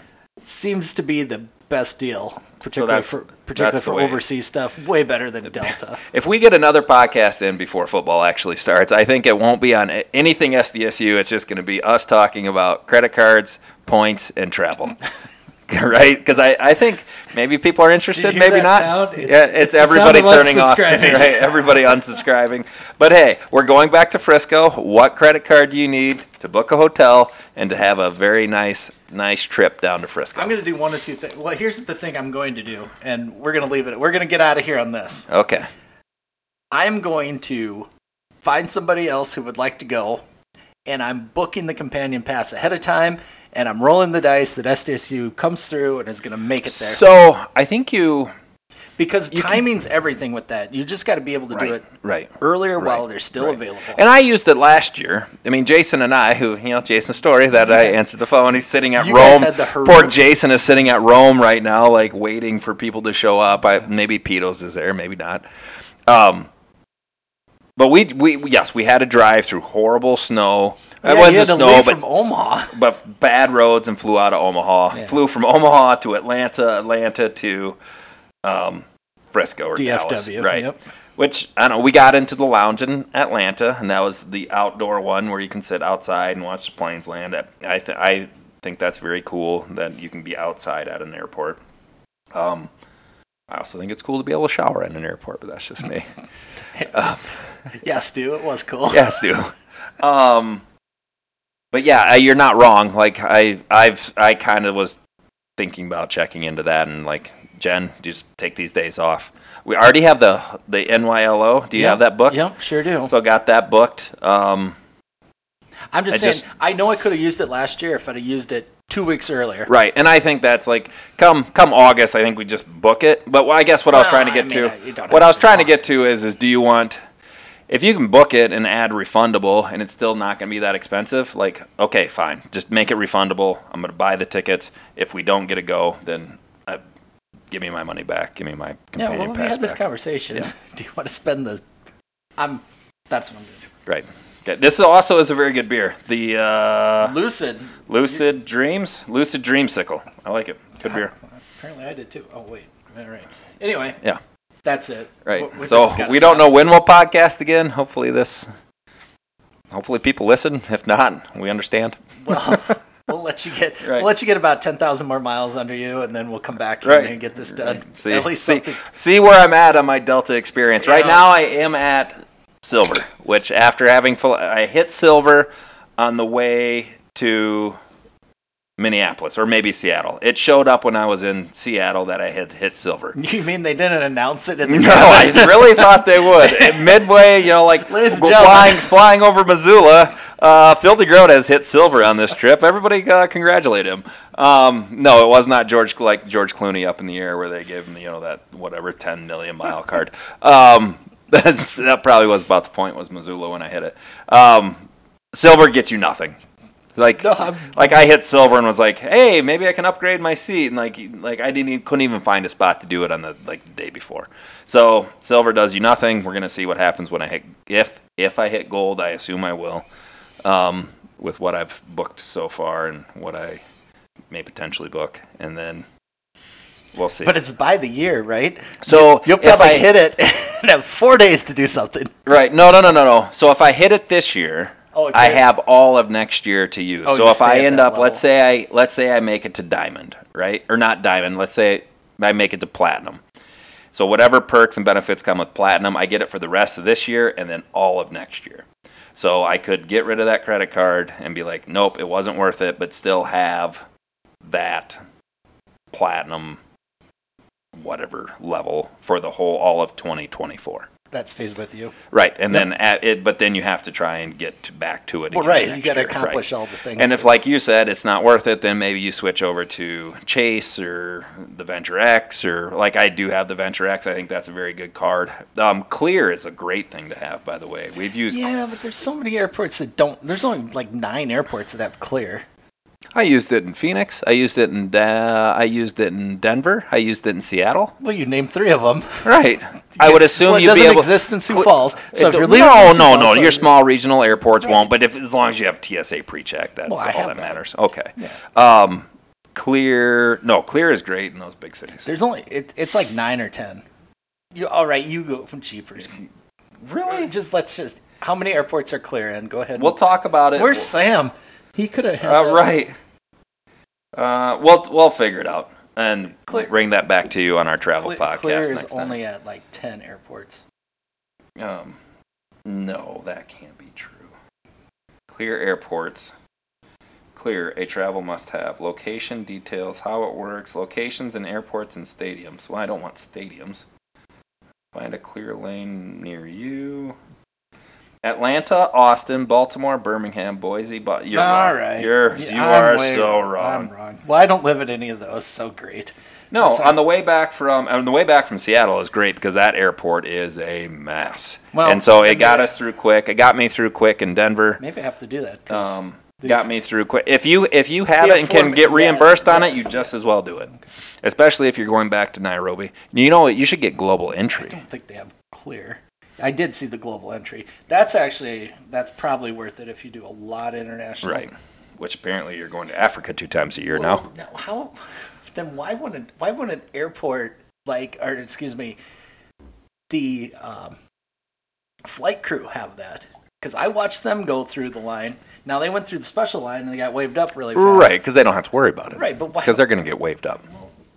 B: seems to be the best deal, particularly
A: that's-
B: for
A: that's
B: particularly
A: the
B: for
A: way.
B: overseas stuff. Way better than Delta.
A: If we get another podcast in before football actually starts, I think it won't be on anything SDSU. It's just going to be us talking about credit cards, points, and travel. <laughs> right? Because I, I think maybe people are interested,
B: Did you hear
A: maybe
B: that
A: not.
B: sound? It's-
A: yeah, it's,
B: it's the sound
A: everybody
B: of
A: turning off. <laughs>
B: unsubscribing.
A: Right? Everybody unsubscribing. But hey, we're going back to Frisco. What credit card do you need to book a hotel and to have a very nice, nice trip down to Frisco?
B: I'm going to do one or two things. Well, here's the thing I'm going to do, and we're going to leave it. We're going to get out of here on this.
A: okay.
B: I'm going to find somebody else who would like to go, and I'm booking the companion pass ahead of time, and I'm rolling the dice that SDSU comes through and is going to make it there.
A: So I think you.
B: because
A: can-
B: timing's everything with that. You just got to be able to do it
A: Right.
B: earlier while
A: Right,
B: they're still
A: right.
B: available.
A: And I used it last year. I mean, Jason and I, who you know, Jason's story that I answered the phone. He's sitting at
B: You guys
A: Rome.
B: had the horrific-
A: Poor Jason is sitting at Rome right now, like waiting for people to show up. I, maybe Pedos is there, maybe not. Um, but we, we yes, we had a drive through horrible snow.
B: Yeah,
A: it
B: you
A: wasn't
B: had to
A: snow,
B: leave
A: but
B: from Omaha. <laughs>
A: but bad roads and flew out of Omaha.
B: Yeah.
A: Flew from Omaha to Atlanta, Atlanta to um, Frisco or Dallas.
B: DFW,
A: Right.
B: yep.
A: Which I don't know. We got into the lounge in Atlanta, and that was the outdoor one where you can sit outside and watch the planes land. I th- I think that's very cool that you can be outside at an airport. Um, I also think it's cool to be able to shower at an airport, but that's just me.
B: Yes, Stu, it was cool.
A: <laughs> Yes, do. Um, but yeah, I, you're not wrong. Like I, I've, I kind of was thinking about checking into that, and like Jen, just take these days off. We already have the the NYLO. Do you have that booked?
B: Yep, sure do.
A: So got that booked. Um,
B: I'm just
A: I
B: saying,
A: just-
B: I know I could have used it last year if I'd have used it two weeks earlier.
A: right, and I think that's like come come August. I think we just book it. But well, I guess what I was
B: Well,
A: trying to
B: I
A: get
B: mean, I-
A: to,
B: you don't
A: what
B: have
A: I was
B: to
A: trying to
B: book it.
A: get to is, is do you want? if you can book it and add refundable and it's still not going to be that expensive, like, okay, fine. Just make it refundable. I'm going to buy the tickets. If we don't get a go, then uh, give me my money back. Give me my
B: Yeah,
A: companion
B: well, we
A: pass
B: had this
A: back.
B: conversation.
A: Yeah.
B: <laughs> Do you want to spend the? I'm. That's what I'm doing.
A: right. Okay. This is also is a very good beer. The uh,
B: Lucid.
A: Lucid Dreams? Lucid Dreamsicle. I like it. Good beer.
B: Apparently, I did too. Oh wait. All right. Anyway,
A: Yeah.
B: that's it.
A: Right.
B: W- this
A: so
B: has gotta
A: we don't
B: stop.
A: know when we'll podcast again. Hopefully this hopefully people listen. If not, we understand. <laughs>
B: Well, <laughs> we'll let you get.
A: Right.
B: We'll let you get about ten thousand more miles under you, and then we'll come back here
A: Right.
B: and get this done.
A: See,
B: At least
A: see,
B: something.
A: see where I'm at on my Delta experience. Right
B: Yeah.
A: now I am at silver, which after having full, I hit silver on the way to Minneapolis or maybe Seattle. It showed up when I was in Seattle that I had hit silver.
B: You mean they didn't announce it in the?
A: <laughs> No, I really thought they would. Midway, you know, like
B: Ladies and
A: flying
B: gentlemen.
A: flying over Missoula, uh, Phil DeGroat has hit silver on this trip. Everybody uh, congratulate him. Um, no, it was not George like George Clooney up in the air where they gave him you know that whatever ten million mile card. Um, <laughs> that's, that probably was about the point was Missoula when I hit it. Um, silver gets you nothing. Like
B: <laughs> No, I'm-
A: like I hit silver and was like, hey, maybe I can upgrade my seat, and like like I didn't even, couldn't even find a spot to do it on the like the day before. So silver does you nothing. We're gonna see what happens when I hit if if I hit gold. I assume I will, um, with what I've booked so far and what I may potentially book, and then we'll see.
B: But it's by the year, right?
A: so
B: You'll
A: if
B: probably
A: I-
B: hit it <laughs> and have four days to do something.
A: Right. No, no, no, no, no. So if I hit it this year,
B: Oh, okay.
A: I have all of next year to use.
B: Oh,
A: so
B: you
A: if
B: stay
A: I
B: at
A: end
B: that
A: up, let's say I let's say I make it to diamond, right? Or not diamond, let's say I make it to platinum. So whatever perks and benefits come with platinum, I get it for the rest of this year and then all of next year. So I could get rid of that credit card and be like, nope, it wasn't worth it, but still have that platinum whatever level for the whole all of 2024.
B: That stays with you.
A: Right, and then at it, but then you have to try and get back to it.
B: Well,
A: again
B: right. You
A: next
B: got to
A: year, right.
B: accomplish all the things.
A: And if, like you said, it's not worth it, then maybe you switch over to Chase or the Venture X, or like I do have the Venture X. I think that's a very good card. Um, Clear is a great thing to have, by the way. We've used.
B: yeah, but there's so many airports that don't. There's only like nine airports that have clear.
A: I used it in Phoenix. I used it in. Uh, I used it in Denver. I used it in Seattle.
B: Well, you named three of them. <laughs>
A: Right. I would assume
B: Well, it
A: you'd be
B: doesn't
A: able.
B: exist in Sioux
A: Cle-
B: Falls, so
A: It
B: if
A: do-
B: you're leaving
A: no,
B: from Sioux
A: no,
B: Falls,
A: no.
B: so
A: Your
B: you-
A: small regional airports won't. But if as long as you have TSA pre-check, that's
B: Well, I
A: all
B: have
A: that
B: that.
A: matters. Okay. Um, clear. No, clear is great in those big cities.
B: There's only it, it's like nine or ten. You all right? You go from cheapers.
A: Really?
B: Just let's just how many airports are clear in? Go ahead.
A: We'll talk about it.
B: Where's Sam? He could have. had
A: Uh,
B: that.
A: right. Uh, we'll we'll figure it out and
B: Clear-
A: bring that back to you on our travel
B: Cle-
A: podcast
B: clear is
A: next time.
B: only at like ten airports.
A: Um, no, that can't be true. Clear airports. Clear, a travel must have. Location details, how it works, locations and airports and stadiums. Well, I don't want stadiums. Find a clear lane near you. Atlanta, Austin, Baltimore, Birmingham, Boise, but you're
B: All
A: wrong.
B: right.
A: You're,
B: Yeah,
A: you
B: I'm
A: are
B: way-
A: so
B: I'm
A: wrong.
B: wrong. Well, I don't live at any of those, so great.
A: No,
B: That's all
A: on the way back from on the way back from Seattle is great because that airport is a mess.
B: Well,
A: and so it
B: and
A: got
B: the-
A: us through quick. It got me through quick in Denver.
B: Maybe I have to do that. 'cause
A: Um,
B: the-
A: got me through quick. If you if you have
B: The
A: it and can
B: affordable-
A: get
B: yes,
A: reimbursed on it,
B: yes,
A: you just as well do it. Especially if you're going back to Nairobi. You know what? You should get global
B: I
A: entry.
B: don't think they have clear. I did see the global entry. That's actually that's probably worth it if you do a lot of international.
A: Right. Which apparently you're going to Africa two times a year now.
B: Well, now, how? Then why wouldn't why wouldn't airport like or excuse me, the um, flight crew have that? Because I watched them go through the line. Now they went through the special line and they got waved up really fast.
A: Right, because they don't have to worry about it.
B: Right, but why-
A: Because they're going to get waved up.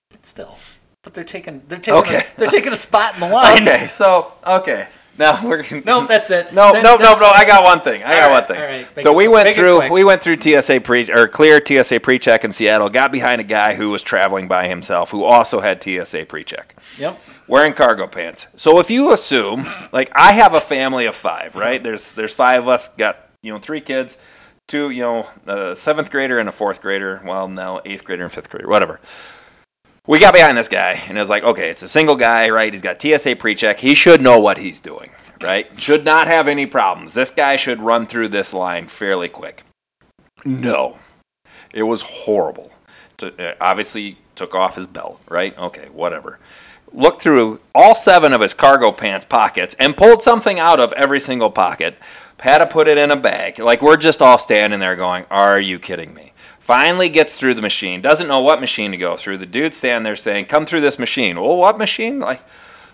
B: But still, but they're taking they're taking
A: Okay.
B: a, they're taking a spot
A: <laughs>
B: in the line.
A: so okay. Now we're going
B: No, that's it.
A: No,
B: That-
A: no,
B: that-
A: no, no. I got one thing. I got
B: All
A: one
B: right,
A: thing.
B: all right. Make
A: so
B: it
A: we
B: quick.
A: went
B: Make it
A: through
B: quick.
A: we went through TSA pre or clear TSA pre-check in Seattle. Got behind a guy who was traveling by himself who also had TSA pre-check
B: Yep.
A: wearing cargo pants. So if you assume, like I have a family of five, right? There's there's five of us. Got you know three kids, two you know a seventh grader and a fourth grader. Well, no, eighth grader and fifth grader, whatever. We got behind this guy, and it was like, okay, it's a single guy, right? He's got TSA pre-check. He should know what he's doing, right? Should not have any problems. This guy should run through this line fairly quick. No, it was horrible. To, uh, obviously, took off his belt, right? Okay, whatever. Looked through all seven of his cargo pants pockets and pulled something out of every single pocket. Had to put it in a bag. Like, we're just all standing there going, Are you kidding me? Finally gets through the machine. Doesn't know what machine to go through. The dude's standing there saying, Come through this machine. Well, what machine? Like,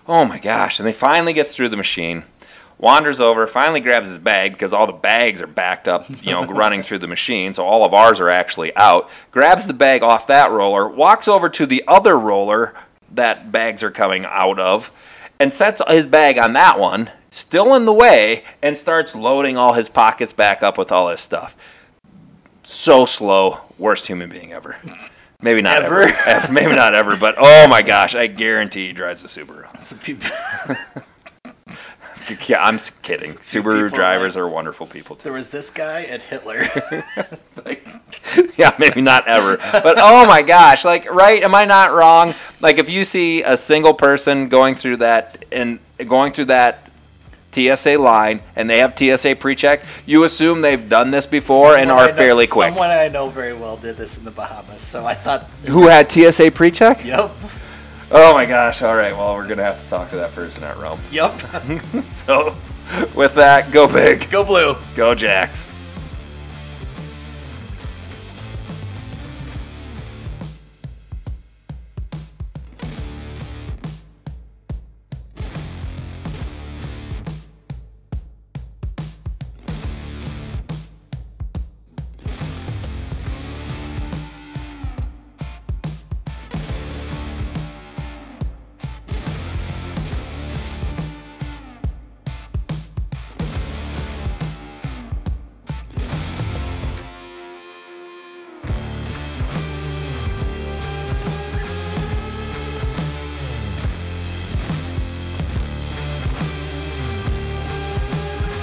A: oh my gosh. And he finally gets through the machine, wanders over, finally grabs his bag because all the bags are backed up, you know, running through the machine. So all of ours are actually out. Grabs the bag off that roller, walks over to the other roller that bags are coming out of, and sets his bag on that one, still in the way, and starts loading all his pockets back up with all his stuff. So slow, worst human being ever. Maybe not
B: Ever?
A: ever. ever. <laughs> Maybe not ever, but oh my gosh, I guarantee he drives the Subaru.
B: Some people,
A: <laughs> Yeah, I'm s- kidding.
B: Few
A: Subaru
B: people
A: drivers are wonderful people too.
B: <laughs> there was this guy and Hitler. like,
A: <laughs> Yeah, maybe not ever, but oh my gosh, like right? Am I not wrong? Like if you see a single person going through that and going through that TSA line and they have TSA pre-check, you assume they've done this before and
B: someone I
A: are
B: know-
A: fairly quick.
B: Someone I know very well did this in the Bahamas, so I thought,
A: Who had TSA pre-check?
B: yep,
A: Oh my gosh! All right, well we're gonna have to talk to that person at Rome. <laughs>
B: yep, <laughs>
A: So, with that, go big,
B: go blue.
A: go Jacks.